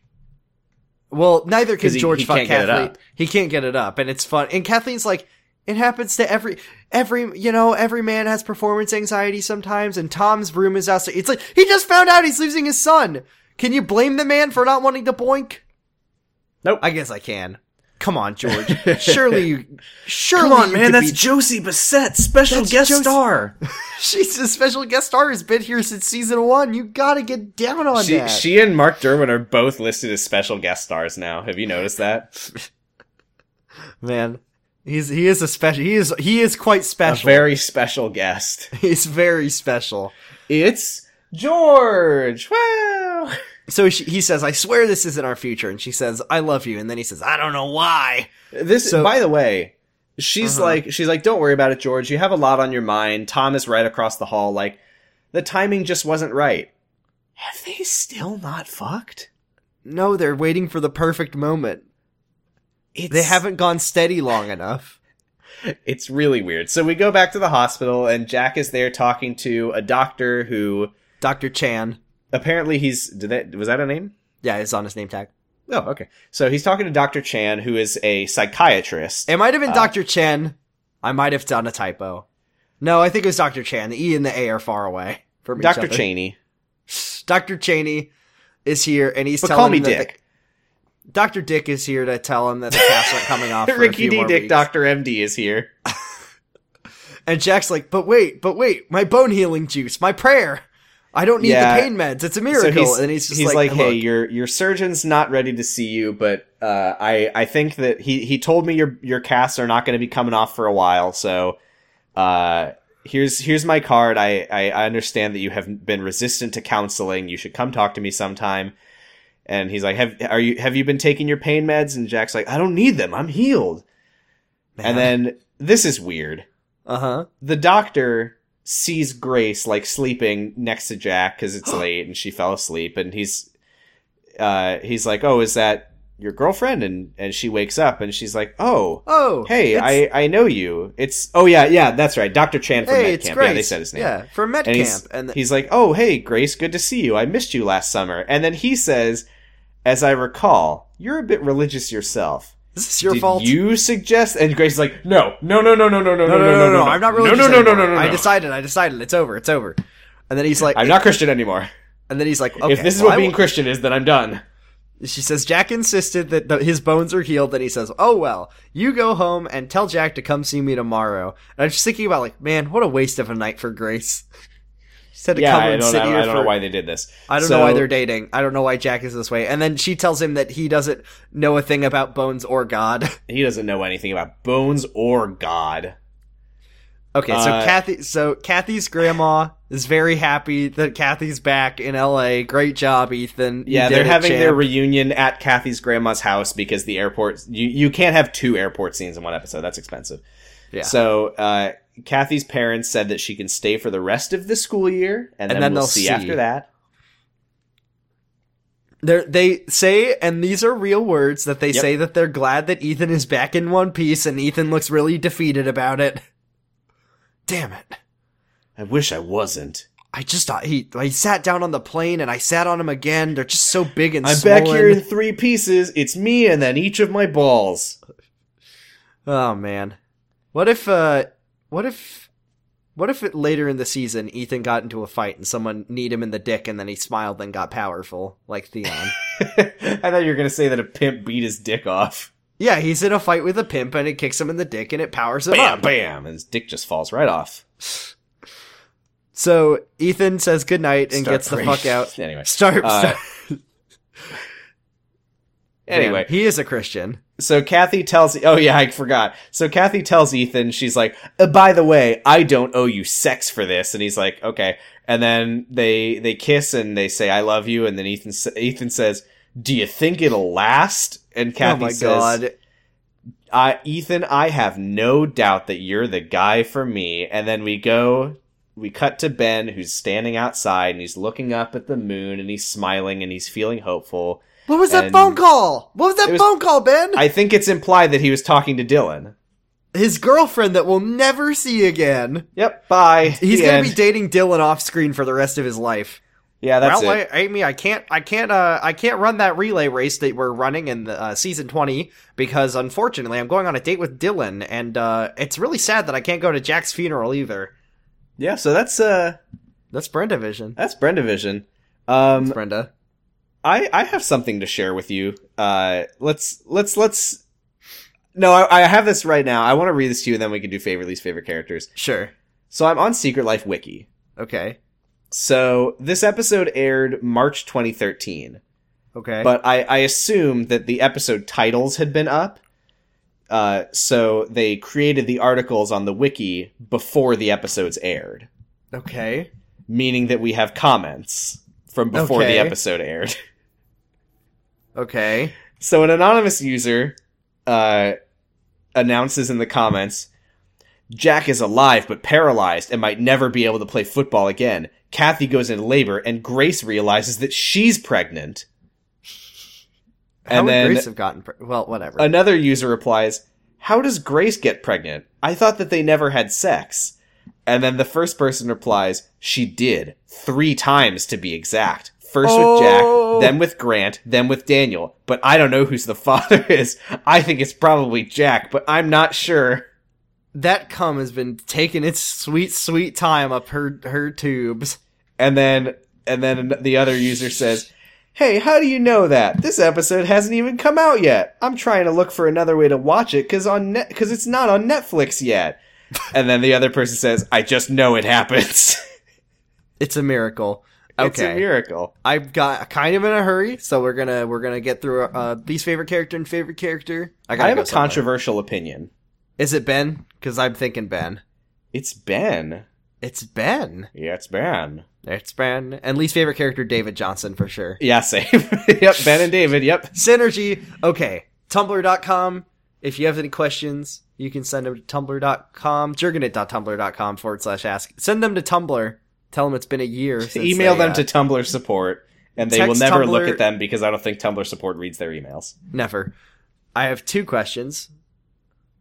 C: Well, neither can
B: 'Cause he-
C: George
B: he
C: fuck
B: can't get it
C: Kathleen.
B: up.
C: He can't get it up, and it's fun. And Kathleen's like, it happens to every every you know every man has performance anxiety sometimes. And Tom's room is outside. It's like he just found out he's losing his son. Can you blame the man for not wanting to boink?
B: Nope.
C: I guess I can. Come on, George. Surely you. Surely
B: Come on,
C: you
B: man.
C: could
B: That's
C: be-
B: Josie Bassett, special
C: That's
B: guest
C: Josie-
B: star.
C: she's a special guest star who's been here since season one. You gotta get down on
B: She,
C: that.
B: she and Mark Derwin are both listed as special guest stars now. Have you noticed that?
C: man, he's he is a special. He is he is quite
B: A
C: special.
B: very special guest.
C: he's very special.
B: It's George. Wow.
C: So she, he says, "I swear this isn't our future," and she says, "I love you," and then he says, "I don't know why."
B: This
C: So-
B: by the way, she's
C: Uh-huh.
B: like she's like don't worry about it, George. You have a lot on your mind. Tom is right across the hall like the timing just wasn't right. Have they still not fucked?
C: No, they're waiting for the perfect moment.
B: It's,
C: They haven't gone steady long enough.
B: It's really weird. So we go back to the hospital, and Jack is there talking to a doctor who
C: Doctor Chan,
B: apparently he's did that was that a name?
C: yeah, it's on his name tag.
B: Oh, okay. So he's talking to Doctor Chan, who is a psychiatrist.
C: It might have been Doctor Chen. I might have done a typo. No, I think it was Doctor Chan. The E and the A are far away from
B: Doctor
C: each other.
B: Cheney,
C: Doctor Cheney is here, and he's
B: but
C: telling
B: call me
C: him that
B: Dick.
C: Doctor Dick is here to tell him that the cast aren't coming off. For a
B: Ricky
C: few
B: D.
C: more
B: Dick,
C: weeks.
B: Doctor MD is here.
C: And Jack's like, but wait, but wait, my bone healing juice, my prayer. I don't need
B: Yeah.
C: the pain meds. It's a miracle. and he's just like,
B: hey,
C: "Look."
B: your your surgeon's not ready to see you, but uh, I I think that he he told me your your casts are not going to be coming off for a while, so uh, here's here's my card. I, I I understand that you have been resistant to counseling. You should come talk to me sometime. And he's like, have are you have you been taking your pain meds? And Jack's like, I don't need them. I'm healed. And then this is weird
C: uh-huh.
B: the doctor sees Grace like sleeping next to Jack because it's late and she fell asleep, and he's uh, he's like, "Oh, is that your girlfriend and and she wakes up and she's like oh
C: Oh,
B: hey
C: it's-
B: I I know you it's oh yeah yeah that's right Dr Chan from
C: hey,
B: Med
C: it's
B: Camp
C: Grace.
B: yeah they said his name
C: Yeah, from Met
B: and he's
C: Camp, and
B: he's like oh hey Grace good to see you I missed you last summer and then he says as I recall you're a bit religious yourself
C: this is your
B: Did
C: fault.
B: you suggest and Grace is like no no no no no no no no
C: no, no, no, no,
B: no
C: I'm not religious.
B: no no no no
C: anymore.
B: no no
C: I
B: no.
C: decided. I decided. It's over. It's over. And then he's like,
B: I'm not Christian anymore
C: and then he's like, okay,
B: if this is
C: well,
B: what
C: I
B: being
C: will-
B: Christian is then I'm done
C: She says Jack insisted that the, his bones are healed. Then he says, "Oh well, you go home and tell Jack to come see me tomorrow." And I'm just thinking about like, man, what a waste of a night for Grace. She said to
B: yeah
C: come
B: I
C: and
B: don't
C: sit
B: I don't
C: here
B: I don't
C: for.
B: know why they did this
C: I don't know why
B: So-
C: they're dating. I don't know why Jack is this way. And then she tells him that he doesn't know a thing about bones or God.
B: He doesn't know anything about bones or God.
C: Okay, so
B: Uh,
C: Kathy, so Kathy's grandma is very happy that Kathy's back in L.A. Great job, Ethan. You
B: Yeah,
C: did
B: they're
C: it,
B: having
C: champ.
B: their reunion at Kathy's grandma's house because the airport you, you can't have two airport scenes in one episode. That's expensive.
C: Yeah.
B: So uh, Kathy's parents said that she can stay for the rest of the school year and,
C: And
B: then,
C: then
B: we'll
C: they'll
B: see,
C: see.
B: after that.
C: They're- they say, and these are real words that they
B: Yep.
C: say that they're glad that Ethan is back in one piece, and Ethan looks really defeated about it. Damn it!
B: I wish I wasn't.
C: I just thought he I sat down on the plane, and I sat on him again. They're just so big and
B: I'm back
C: swollen.
B: here in three pieces. It's me and then each of my balls.
C: Oh man. What if uh what if what if it, later in the season Ethan got into a fight and someone kneed him in the dick and then he smiled and got powerful like Theon?
B: I thought you were gonna say that a pimp beat his dick off.
C: yeah, he's in a fight with a pimp and it kicks him in the dick and it powers him
B: Bam,
C: up.
B: bam, and his dick just falls right off.
C: So Ethan says goodnight and
B: Start
C: gets the
B: praying.
C: fuck out.
B: anyway.
C: Start,
B: Uh,
C: start
B: Anyway,
C: he is a Christian. Oh
B: so Kathy tells oh yeah, I forgot. So Kathy tells Ethan, she's like, uh, by the way, I don't owe you sex for this, and he's like, okay. And then they they kiss and they say I love you, and then Ethan s- Ethan says, do you think it'll last? And Kathy
C: oh my
B: says,
C: god.
B: I, Ethan, I have no doubt that you're the guy for me. And then we go, we cut to Ben, who's standing outside and he's looking up at the moon and he's smiling and he's feeling hopeful.
C: What was that
B: and-
C: phone call? What was that
B: It was-
C: phone call, Ben?
B: I think it's implied that he was talking to Dylan.
C: His girlfriend that we'll never see again.
B: Yep, bye.
C: He's
B: The
C: gonna
B: end.
C: be dating Dylan off screen for the rest of his life.
B: Yeah, that's
C: well,
B: it.
C: I, Amy, I can't, I can't, uh, I can't run that relay race that we're running in the, uh, season twenty because unfortunately I'm going on a date with Dylan, and uh, it's really sad that I can't go to Jack's funeral either.
B: yeah, so that's uh
C: That's Brenda Vision.
B: that's Brendavision. Um
C: That's Brenda.
B: I I have something to share with you. Uh let's let's let's No, I, I have this right now. I want to read this to you and then we can do favorite least favorite characters.
C: Sure.
B: So I'm on Secret Life Wiki.
C: Okay.
B: So this episode aired March 2013,
C: Okay.
B: but I, I assume that the episode titles had been up. Uh, so they created the articles on the wiki before the episodes aired,
C: okay.
B: meaning that we have comments from before
C: Okay.
B: the episode aired.
C: Okay.
B: So an anonymous user uh, announces in the comments, Jack is alive but paralyzed and might never be able to play football again. Kathy goes into labor and Grace realizes that she's pregnant.
C: How
B: and
C: would
B: then
C: Grace have gotten? Pre- well, whatever.
B: another user replies, How does Grace get pregnant? I thought that they never had sex. And then the first person replies, She did. Three times to be exact. First
C: Oh.
B: with Jack, then with Grant, then with Daniel. But I don't know who's the father is. I think it's probably Jack, but I'm not sure.
C: that cum has been taking its sweet, sweet time up her her tubes.
B: And then and then the other user says, "Hey, how do you know that? This episode hasn't even come out yet. I'm trying to look for another way to watch it cuz on net cuz it's not on Netflix yet." And then the other person says, "I just know it happens."
C: It's a miracle. Okay.
B: it's a miracle.
C: I've got kind of in a hurry, so we're gonna we're gonna get through uh, least favorite character and favorite character. gotta
B: I have
C: go
B: a
C: somewhere.
B: controversial opinion.
C: Is it Ben? Because I'm thinking Ben.
B: It's Ben.
C: It's Ben.
B: Yeah, it's Ben.
C: It's Ben. And least favorite character David Johnson for sure.
B: Yeah, same. yep, Ben and David. Yep.
C: Synergy. Okay. Tumblr.com. If you have any questions, you can send them to tumblr.com, jurgenit.tumblr.com forward slash ask. Send them to Tumblr. Tell them it's been a year. Since
B: Email
C: they,
B: them
C: uh,
B: to Tumblr support and they will
C: Text
B: never look
C: Tumblr-
B: at them because I don't think Tumblr support reads their emails.
C: Never. I have two questions.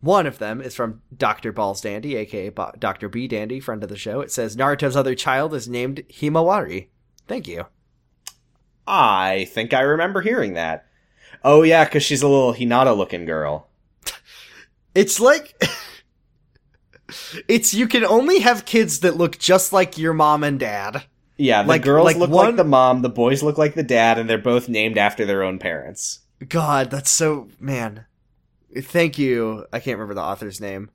C: One of them is from Dr. Balls Dandy, aka Bo- Dr. B Dandy, friend of the show. It says Naruto's other child is named Himawari. Thank you.
B: I think I remember hearing that. Oh yeah, because she's a little Hinata looking girl.
C: It's like it's you can only have kids that look just like your mom and dad.
B: Yeah, the
C: Like-
B: girls
C: like
B: look
C: one-
B: like the mom, the boys look like the dad, and they're both named after their own parents.
C: God, that's so man. Thank you. I can't remember the author's name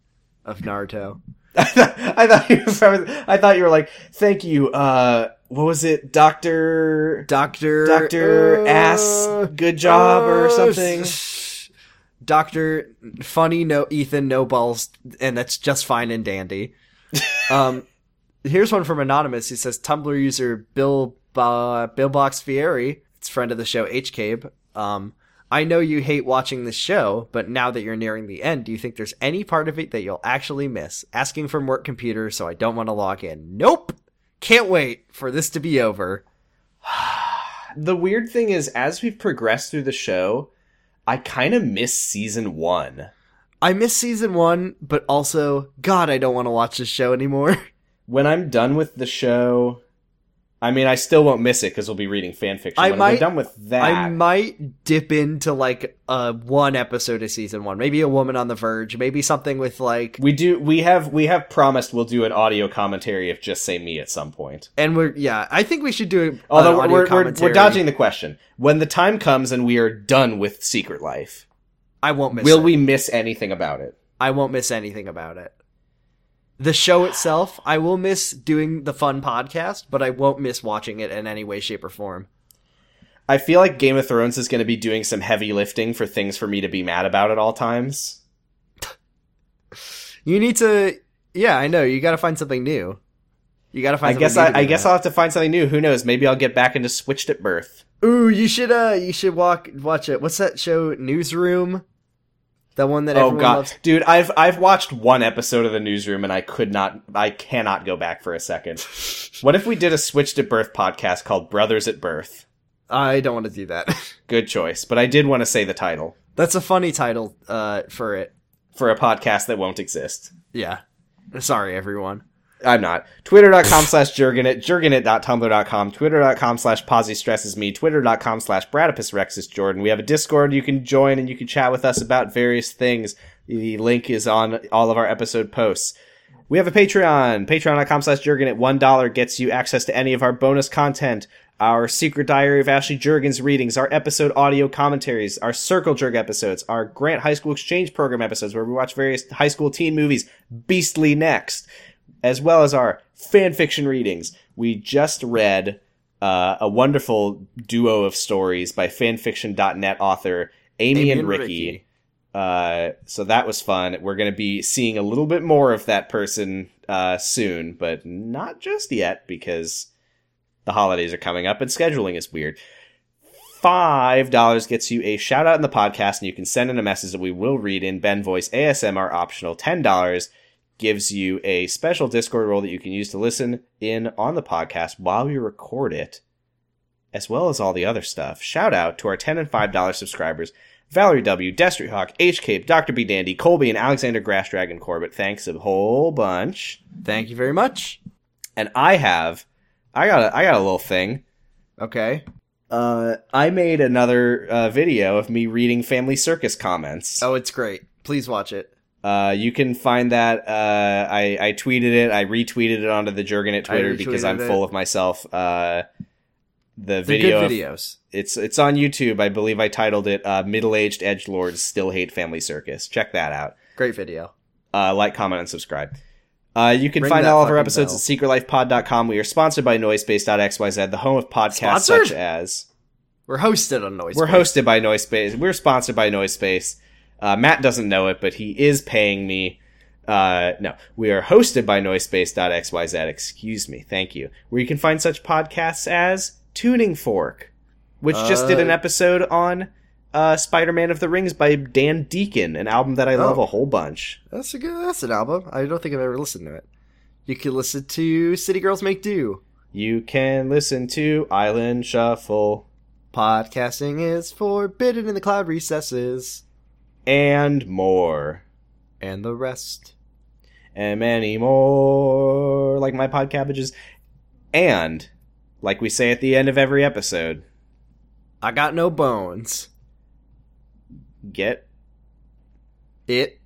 C: of Naruto.
B: I thought, I thought you were, I thought you were like, thank you. Uh, what was it, Doctor
C: Doctor
B: Doctor
C: Uh,
B: Ass? Good job or
C: uh,
B: something.
C: Doctor Funny No Ethan No Balls, and that's just fine and dandy. um, here's one from anonymous. He says Tumblr user Bill uh, Billbox Fieri, it's friend of the show H Cabe. Um, I know you hate watching this show, but now that you're nearing the end, do you think there's any part of it that you'll actually miss? Asking from work computer, so I don't want to log in. Nope. Can't wait for this to be over.
B: the weird thing is as we've progressed through the show i kind of miss season one
C: I miss season one, but also, God, I don't want to watch this show anymore.
B: when i'm done with the show i mean i still won't miss it because we'll be reading fan fiction
C: I
B: when
C: might-
B: we're done with
C: I
B: that
C: might dip into like uh, one episode of season one, maybe a woman on the verge, maybe something with like,
B: we do we have we have promised we'll do an audio commentary of just say me at some point
C: and we're yeah, I think we should do. an
B: although
C: audio
B: we're, we're, we're
C: commentary.
B: dodging the question when the time comes and we are done with secret life
C: I won't miss.
B: will
C: it.
B: we miss anything about it
C: I won't miss anything about it. The show itself, I will miss doing the fun podcast, but I won't miss watching it in any way, shape, or form.
B: i feel like game of thrones is going to be doing some heavy lifting for things for me to be mad about at all times
C: You need to, yeah, I know. You got to find something new. You got to
B: I
C: find.
B: guess
C: something
B: I,
C: new to
B: I
C: be
B: guess
C: mad
B: I'll have to find something new. Who knows? Maybe I'll get back into Switched at Birth.
C: Ooh, you should uh you should walk watch it. What's that show? Newsroom? That one that
B: Oh
C: everyone
B: god,
C: loves.
B: dude, I've I've watched one episode of the Newsroom and I could not, I cannot go back for a second. what if we did a Switched at Birth podcast called Brothers at Birth?
C: I don't want to do that.
B: Good choice, but I did want to say the title
C: That's a funny title uh for it.
B: for a podcast that won't exist.
C: Yeah. Sorry everyone.
B: I'm not. Twitter.com slash Jurgenit, Jurgenit.tumblr.com, Twitter.com slash Posy Stresses Me, Twitter.com slash Bradipus Rex is Jordan. We have a Discord you can join and you can chat with us about various things. The link is on all of our episode posts. We have a Patreon, patreon.com slash Jurgenit. $1 gets you access to any of our bonus content, our secret diary of Ashley Jurgens readings, our episode audio commentaries, our Circle Jerk episodes, our Grant High School Exchange Program episodes where we watch various high school teen movies, Beastly Next as well as our fan fiction readings. We just read uh, a wonderful duo of stories by fanfiction.net author Amy,
C: Amy
B: and,
C: and
B: Ricky.
C: Ricky.
B: Uh, so that was fun. We're going to be seeing a little bit more of that person uh, soon, but not just yet because the holidays are coming up and scheduling is weird. Five dollars gets you a shout out in the podcast, and you can send in a message that we will read in Ben voice ASMR optional. Ten dollars gives you a special Discord role that you can use to listen in on the podcast while we record it, as well as all the other stuff. Shout out to our ten and five dollar subscribers. Valerie W., Destry Hawk, H Cape, Dr. B Dandy, Colby, and Alexander Grass Dragon Corbett. Thanks a whole bunch.
C: Thank you very much.
B: And I have I got a, I got a little thing.
C: Okay.
B: Uh, I made another uh, video of me reading Family Circus comments.
C: Oh, it's great. Please watch it.
B: Uh, you can find that. Uh, I, I tweeted it. I retweeted it onto the Jurgenit
C: I
B: Twitter because I'm
C: retweeted it.
B: full of myself. Uh, the
C: They're
B: video,
C: good
B: of-
C: videos.
B: it's it's on YouTube. I believe I titled it uh, "Middle Aged Edge Lords Still Hate Family Circus." Check that out.
C: Great video.
B: uh, like, comment, and subscribe. Uh, you can
C: Ring
B: find
C: that
B: all of our
C: fucking
B: episodes
C: bell.
B: at secretlifepod.com. We are sponsored by noisepace.xyz, the home of podcasts
C: Sponsored?
B: such as.
C: We're hosted on Noise.
B: We're
C: Space.
B: hosted by Noisepace. We're sponsored by Noisepace. Uh, Matt doesn't know it, but he is paying me. Uh, no, we are hosted by noisepace.xyz. Excuse me. Thank you. Where you can find such podcasts as Tuning Fork, which just did
C: Uh.
B: an episode on uh, Spider Man of the Rings by Dan Deacon, an album that I love
C: Oh.
B: a whole bunch.
C: That's a good. That's an album. I don't think I've ever listened to it. You can listen to City Girls Make Do.
B: You can listen to Island Shuffle
C: Podcasting is forbidden in the cloud recesses
B: and more.
C: and the rest.
B: and many more like my pod cabbages and like we say at the end of every episode
C: I got no bones.
B: get
C: It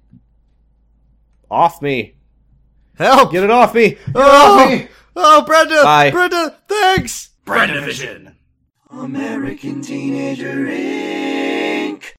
B: off me
C: help.
B: get it off me
C: oh, oh, Brenda,
B: Bye.
C: Brenda, thanks.
F: Brandivision.
A: American teenager is.